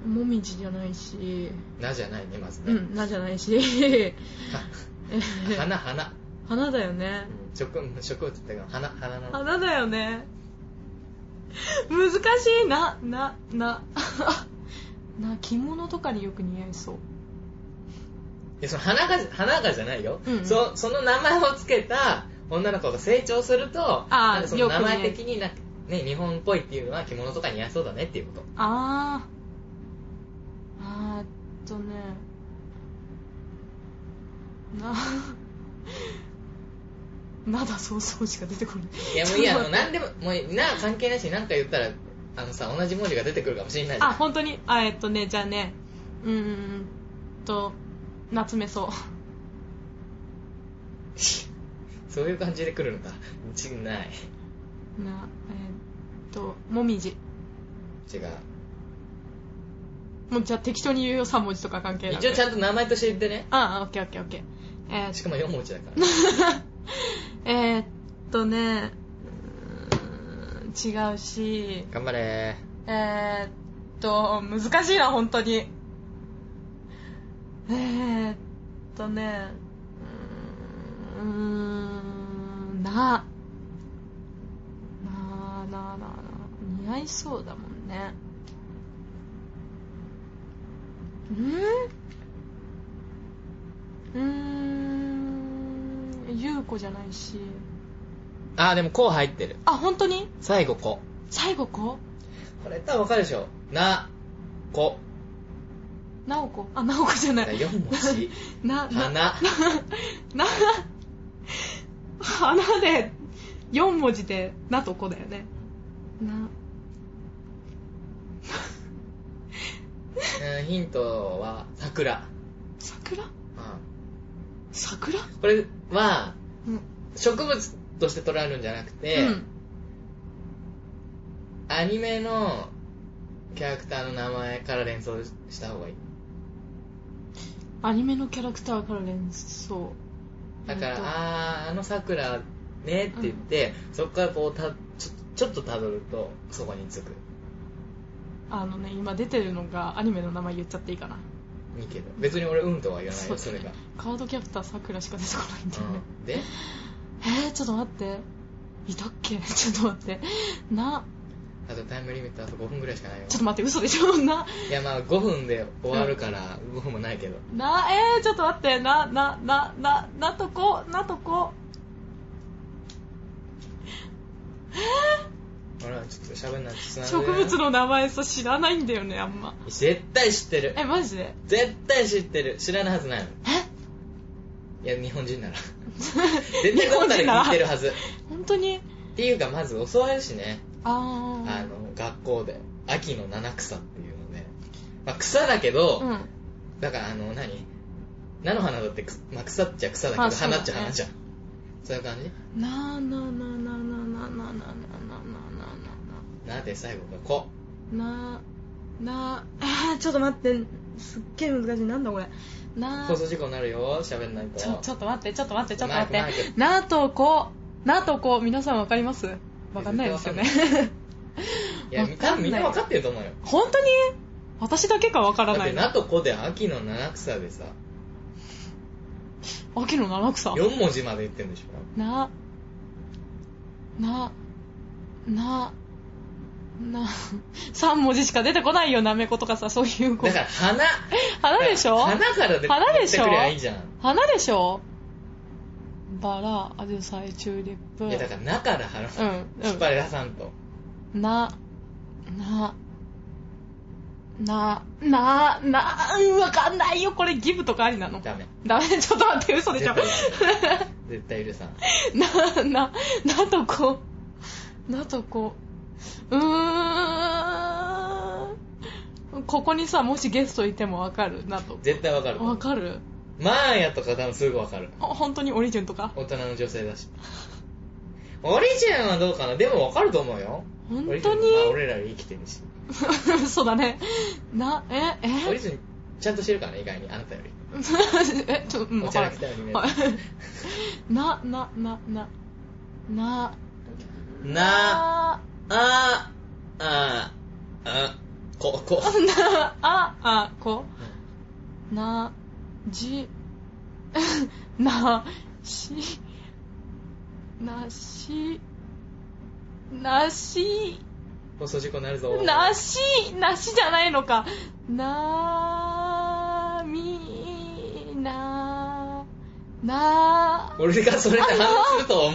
Speaker 2: ー、もみじじゃないし、
Speaker 1: なじゃないね、まず
Speaker 2: う
Speaker 1: ね。
Speaker 2: ん、なじゃないし、
Speaker 1: は 花、花。
Speaker 2: 花だよね。
Speaker 1: 植物、植物っていうか、花、花の。
Speaker 2: 花だよね。難しいな、な、な、 な、着物とかによく似合いそう。
Speaker 1: いや、その花が、花がじゃないよ。
Speaker 2: うんうん
Speaker 1: そその名前をつけた女の子が成長すると、なんかその
Speaker 2: よく
Speaker 1: 名
Speaker 2: ね
Speaker 1: 前的になんか、ね、日本っぽいっていうのは着物とか似合いそうだねっていうこと。
Speaker 2: あー、あーっとね、な、 まだそうそうしか出てこない。
Speaker 1: いや、もういいや、
Speaker 2: ち
Speaker 1: あ
Speaker 2: ょっ
Speaker 1: の、
Speaker 2: と待って
Speaker 1: なんでも、もういいな、関係ないし、なんか言ったら、あのさ、同じ文字が出てくるかもしれないじゃん
Speaker 2: あ、本当にあ、えっとね、じゃあね、うーんと、夏目そう。
Speaker 1: そういう感じで来るのか。違う、ない。
Speaker 2: な、えっと、もみじ。
Speaker 1: 違う。
Speaker 2: もうじゃあ適当に言うよ3文字とか関係なく
Speaker 1: 一応ちゃんと名前として言ってね。
Speaker 2: ああオッケーオッケーオッケーえー
Speaker 1: しかも4文字だから。
Speaker 2: えーっとねうーん違うし
Speaker 1: 頑張れ
Speaker 2: えーっと難しいな本当にえーっとねうーんななあなあなあなあ似合いそうだもんねうんうーん優子じゃないし
Speaker 1: あー、でも、こう入ってる。
Speaker 2: あ本当に
Speaker 1: 最後、こ。
Speaker 2: 最後こ
Speaker 1: これ多分わかるでしょ。な、こ。
Speaker 2: 直子あ直子じゃない
Speaker 1: 4文字。
Speaker 2: なな
Speaker 1: 花。
Speaker 2: な花で4文字で「な」と「こ」だよねな
Speaker 1: うんヒントは、桜。
Speaker 2: 桜
Speaker 1: う
Speaker 2: 桜
Speaker 1: んこれは、
Speaker 2: うん、
Speaker 1: 植物として捉えるんじゃなくて、アニメのキャラクターの名前から連想した方がいい。
Speaker 2: アニメのキャラクターから連想
Speaker 1: だから、
Speaker 2: うんと
Speaker 1: あー、あの桜ねって言って、そこからこうたちょ、ちょっとたどると、そこに着く。
Speaker 2: あのね今出てるのがアニメの名前言っちゃっていいかない
Speaker 1: いけど。別に俺、うんとは言わない
Speaker 2: そ
Speaker 1: よ、
Speaker 2: う
Speaker 1: それ
Speaker 2: だ
Speaker 1: が
Speaker 2: ね。カードキャプターさくらしか出てこないんだよね、
Speaker 1: うんで、
Speaker 2: えー、ちょっと待っていたっけ ちょっと待ってな
Speaker 1: あとタイムリミットあと5分ぐらいしかないよ
Speaker 2: ちょっ。と待って嘘でしょ ない
Speaker 1: や、まあ5分で終わるから、5分もないけど。
Speaker 2: なえー、ちょっと待ってなななななとこなとこ
Speaker 1: 俺はちょっと喋んなくてつな
Speaker 2: 植物の名前さ知らないんだよねあんま
Speaker 1: 絶対知ってる。
Speaker 2: えマジで
Speaker 1: 絶対知ってる。知らないはずないの。いや、日本 人なら。絶対こんなの聞いてるはず。っ
Speaker 2: 本当に
Speaker 1: ていうか、まず教わるしね。
Speaker 2: あー
Speaker 1: あの、学校で。秋の七草っていうので。まあ、草だけど、
Speaker 2: うん
Speaker 1: だから、あの、何菜の花だってく、まあ、草っちゃ草だけ
Speaker 2: あ
Speaker 1: ど、
Speaker 2: そうだね
Speaker 1: 花っちゃ花じゃん。そういう感じ
Speaker 2: なあなあなあなあなあなあなあなあなあなあな
Speaker 1: なで最後がこ。
Speaker 2: あなあなああーちょっと待ってすっげえ難しいなんだこれなあ
Speaker 1: 放送事故になるよ、喋んないと。
Speaker 2: ちょちょっと待ってちょっと待ってちょっと待
Speaker 1: マイクマイ
Speaker 2: ってなあとこなあとこ皆さんわかりますわかんないですよね
Speaker 1: いや、
Speaker 2: わ
Speaker 1: 多
Speaker 2: か
Speaker 1: 分
Speaker 2: んない
Speaker 1: みんな分かってると思うよ。
Speaker 2: 本当に私だけかわか
Speaker 1: だ
Speaker 2: ら
Speaker 1: っ
Speaker 2: な
Speaker 1: て、
Speaker 2: い
Speaker 1: なとこで秋の七草でさ、
Speaker 2: 秋の七草
Speaker 1: 4文字まで言ってるんでしょ
Speaker 2: な、な、な、な、3文字しか出てこないよ、なめことかさ、そういう子
Speaker 1: だ。から花。
Speaker 2: 花でしょ
Speaker 1: 花から出て
Speaker 2: 花で
Speaker 1: き
Speaker 2: してょ
Speaker 1: くりゃいいじゃん。
Speaker 2: 花でしょバラ、アジサイ、チューリップ。
Speaker 1: いや、だから中から花、
Speaker 2: うんうん
Speaker 1: 引っ張り出さんと。
Speaker 2: な、な、な、な、な、うんわかんないよ、これギブとかありなの
Speaker 1: ダメ。
Speaker 2: ダメ、ちょっと待って、嘘でしょ。
Speaker 1: 絶対絶対許さん。
Speaker 2: な、な、なとこ、なとこ、うーん、ここにさ、もしゲストいてもわかる、なと。
Speaker 1: 絶対わかる。
Speaker 2: わかる
Speaker 1: マーヤとか多分すぐわかる。
Speaker 2: ほ本当にオリジュンとか
Speaker 1: 大人の女性だし。オリジンはどうかなでもわかると思うよ。
Speaker 2: 本
Speaker 1: オリジ
Speaker 2: 当
Speaker 1: ン
Speaker 2: に
Speaker 1: まあ俺らより生きてるし。
Speaker 2: そうだね。な、え、
Speaker 1: オリ
Speaker 2: え
Speaker 1: ジンちゃんとしてるからね、意外に。あなたより。
Speaker 2: え、ちょ、うん、
Speaker 1: お
Speaker 2: わ
Speaker 1: ちゃ
Speaker 2: からら
Speaker 1: けた
Speaker 2: ん
Speaker 1: ように見える
Speaker 2: はい な、な、な、な、な、
Speaker 1: な、あ、あ、あ、こ、こ。
Speaker 2: な、あ、あ、こ、な、じ、 な、し、なし、なし、
Speaker 1: 放送事故になるぞ。
Speaker 2: なし、なしじゃないのか。な、み、な、な、
Speaker 1: 俺がそれで反応すると思う。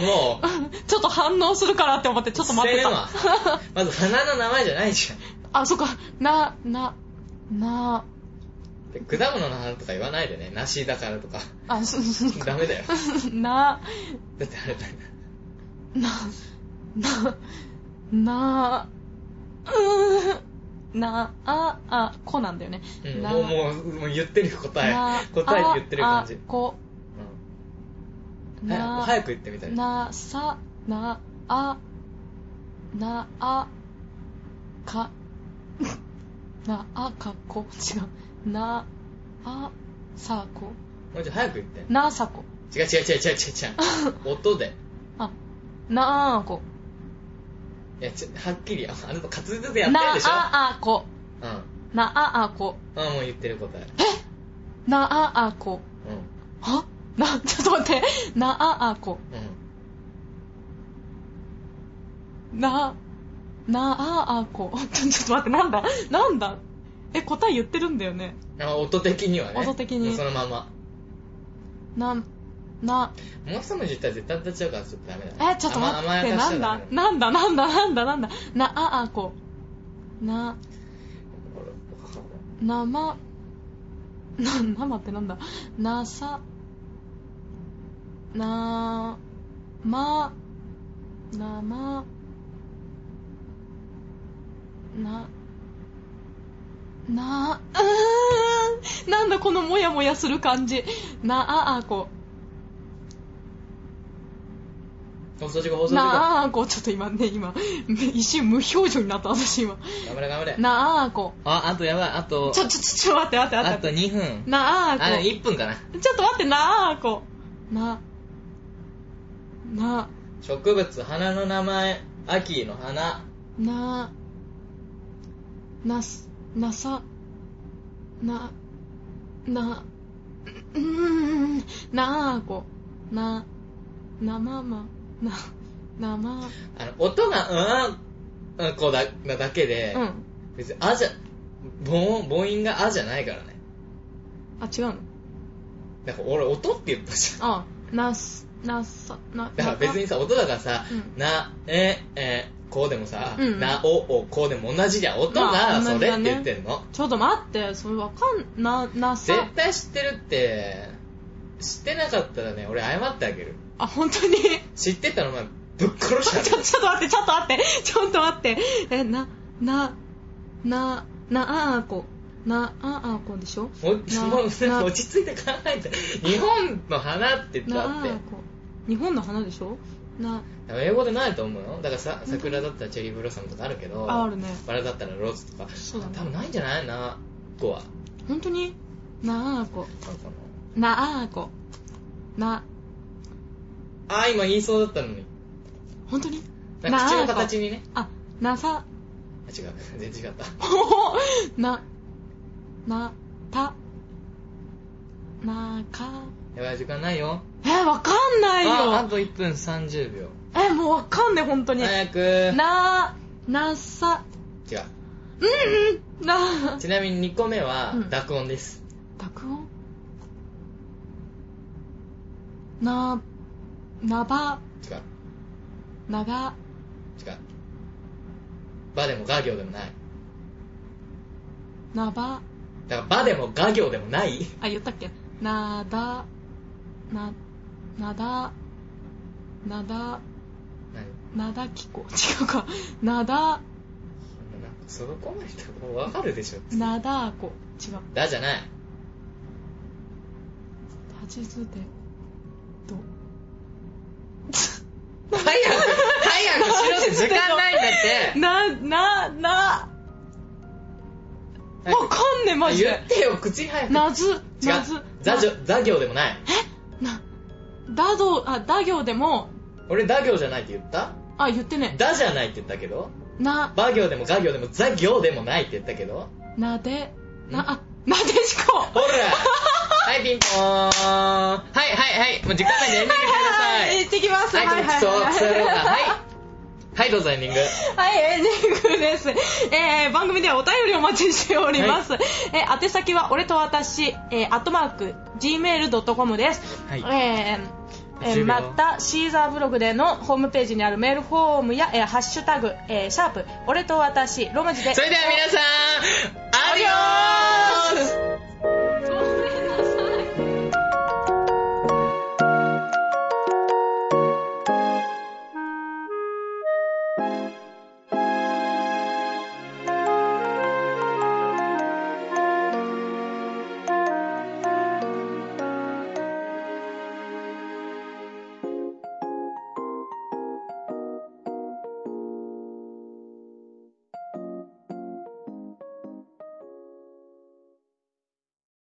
Speaker 2: ちょっと反応するからって思って、ちょっと待って
Speaker 1: う
Speaker 2: た。
Speaker 1: っせえなまず花の名前じゃないじゃん。
Speaker 2: あ、そっか。な、な、な、
Speaker 1: で果物の花とか言わないでね。梨だからと か。
Speaker 2: あ、そ、そ、そ
Speaker 1: ダメだよ。
Speaker 2: な、
Speaker 1: だってあれだよ。
Speaker 2: な、な、な、うーん、な、あ、あ、こなんだよね。
Speaker 1: うん、
Speaker 2: な
Speaker 1: もう、もう、もう言ってるよ、答
Speaker 2: な
Speaker 1: え。答え言ってる感じ。
Speaker 2: あ
Speaker 1: う
Speaker 2: あこ、
Speaker 1: ん
Speaker 2: な、
Speaker 1: はい早く言ってみたい。
Speaker 2: な、さ、な、あ、な、あ、か、なあかこ違うなあさこ
Speaker 1: もうちょい早く言って
Speaker 2: なさこ
Speaker 1: 違う違う違う違う違う違う 音で
Speaker 2: あなあこ
Speaker 1: いやちょはっきりああなた滑舌やって
Speaker 2: な
Speaker 1: るでしょ
Speaker 2: ああこ
Speaker 1: うん
Speaker 2: なああこ
Speaker 1: あもう言ってる答え
Speaker 2: なああこ
Speaker 1: う
Speaker 2: はなちょっと待ってなああこ
Speaker 1: んうん
Speaker 2: ななああこちょちょっと待ってなんだなんだえ答え言ってるんだよね
Speaker 1: あ音的にはね
Speaker 2: 音的に
Speaker 1: もうそのまま
Speaker 2: なな
Speaker 1: もう一文字言ったら絶対当たっちゃうからちょっとダメだ
Speaker 2: えちょっと待
Speaker 1: 甘
Speaker 2: っ
Speaker 1: 甘
Speaker 2: て
Speaker 1: やか
Speaker 2: な
Speaker 1: しち
Speaker 2: ん
Speaker 1: ゃダ
Speaker 2: だ
Speaker 1: メ
Speaker 2: なんだなんだなんだなんだなああこな生な生ってなんだなさなまなまななうーんなんだこのモヤモヤする感じなああこ
Speaker 1: 放送事故放送事故頑
Speaker 2: なあこちょっと今ね今一瞬無表情になった私今
Speaker 1: 張れ頑張れ
Speaker 2: なあこ
Speaker 1: ああとやばいあ
Speaker 2: ち
Speaker 1: と
Speaker 2: ょちょちょちょ待って待って待
Speaker 1: あ
Speaker 2: って
Speaker 1: と2分
Speaker 2: なあこ
Speaker 1: あ1分かな
Speaker 2: ちょっと待ってなあこなな
Speaker 1: 植物花の名前秋の花
Speaker 2: ななすなさななうーんなあこななままななま
Speaker 1: あの音がうんうんこうだなだけで、
Speaker 2: うん
Speaker 1: 別にあじゃ母音母音があじゃないからね
Speaker 2: あ違うの
Speaker 1: だから俺音って言ったじゃん
Speaker 2: あなすなさな
Speaker 1: だから別にさ音だからさ、
Speaker 2: うん
Speaker 1: なええこうでもさ、
Speaker 2: うん
Speaker 1: なおおこうでも同じじゃん音
Speaker 2: ま
Speaker 1: が
Speaker 2: あ同
Speaker 1: そ
Speaker 2: じ
Speaker 1: れっ
Speaker 2: だ
Speaker 1: て
Speaker 2: ね
Speaker 1: 言ってんの、
Speaker 2: ちょっと待ってそれわかんななさ
Speaker 1: 絶対知ってるって知ってなかったらね俺謝ってあげる
Speaker 2: あ本当に
Speaker 1: 知ってたらお前ぶっ殺
Speaker 2: ちょ、
Speaker 1: し
Speaker 2: ち
Speaker 1: た
Speaker 2: ょちょっと待って、ちょっと待って、ちょっと待って。え、な、な、な、なあーこ。なあーこでしょ
Speaker 1: もう
Speaker 2: な
Speaker 1: も
Speaker 2: な
Speaker 1: う落ち着いて考えて日本の花って言った
Speaker 2: なあ
Speaker 1: って
Speaker 2: ーこ。日本の花でしょな、
Speaker 1: でも英語でないと思うよだからさ桜だったらチェリーブロッサムとかあるけど
Speaker 2: ああるね
Speaker 1: バラだったらローズとか
Speaker 2: そうだね
Speaker 1: 多分ないんじゃないな子は
Speaker 2: 本当になあーこ。
Speaker 1: なんかな
Speaker 2: なあーこ。な、
Speaker 1: あー今言いそうだったのに
Speaker 2: 本当に
Speaker 1: なんか口の形
Speaker 2: こ。
Speaker 1: にね
Speaker 2: あ、なさ、
Speaker 1: あ違う全然違った
Speaker 2: な、な、た、なか。
Speaker 1: やばい時間ないよ
Speaker 2: え、わかんない
Speaker 1: ああ
Speaker 2: よ。
Speaker 1: と1分30秒
Speaker 2: え、もうわかんね、本当に。
Speaker 1: 早く
Speaker 2: な、なさ、
Speaker 1: 違う
Speaker 2: うん、な、
Speaker 1: ちなみに2個目は
Speaker 2: うん
Speaker 1: 濁音です、
Speaker 2: 濁音な、なば、
Speaker 1: 違う
Speaker 2: なが、
Speaker 1: 違うバでもガ行でもない
Speaker 2: なば、
Speaker 1: だからバでもガ行でもない
Speaker 2: あ、言ったっけなだ、な、なだ、なだ、
Speaker 1: 何
Speaker 2: なだきこ。違うか。なだ、
Speaker 1: なんかそこまで言ったらもうわかるでしょ
Speaker 2: なだこ。違う。
Speaker 1: だじゃない
Speaker 2: たちずで、ど。
Speaker 1: 早く早くしろって時間ないんだって
Speaker 2: な、な、な、わかんね、マジ
Speaker 1: 言
Speaker 2: で
Speaker 1: っ。てよ口早く違う
Speaker 2: なず、なず、
Speaker 1: 座行座行でもない
Speaker 2: な、だど、あ、だ行でも、
Speaker 1: 俺だ行じゃないって言った
Speaker 2: あ、言ってね。
Speaker 1: だじゃないって言ったけど
Speaker 2: な、
Speaker 1: バ行でもガ行でもザ行でもないって言ったけど
Speaker 2: なで、
Speaker 1: ん
Speaker 2: な、あ、なでしこ
Speaker 1: ほらはいピンポーンはいはいはいもう時間ないんでエンディングしてください
Speaker 2: 行ってきます。
Speaker 1: はい、はい、そう、そういうことだ。はい。はい、どうぞエンディング。
Speaker 2: はい、エンディングです。えー、番組ではお便りをお待ちしております。えー、宛先は、俺と私、えー、アットマーク、gmail.com です。
Speaker 1: はい
Speaker 2: えーえー
Speaker 1: 10秒
Speaker 2: また、シーザーブログでのホームページにあるメールフォームや、えーハッシュタグ、えーシャープ、俺と私、ローマ字で。
Speaker 1: それでは皆さん、アディオース
Speaker 2: アディオース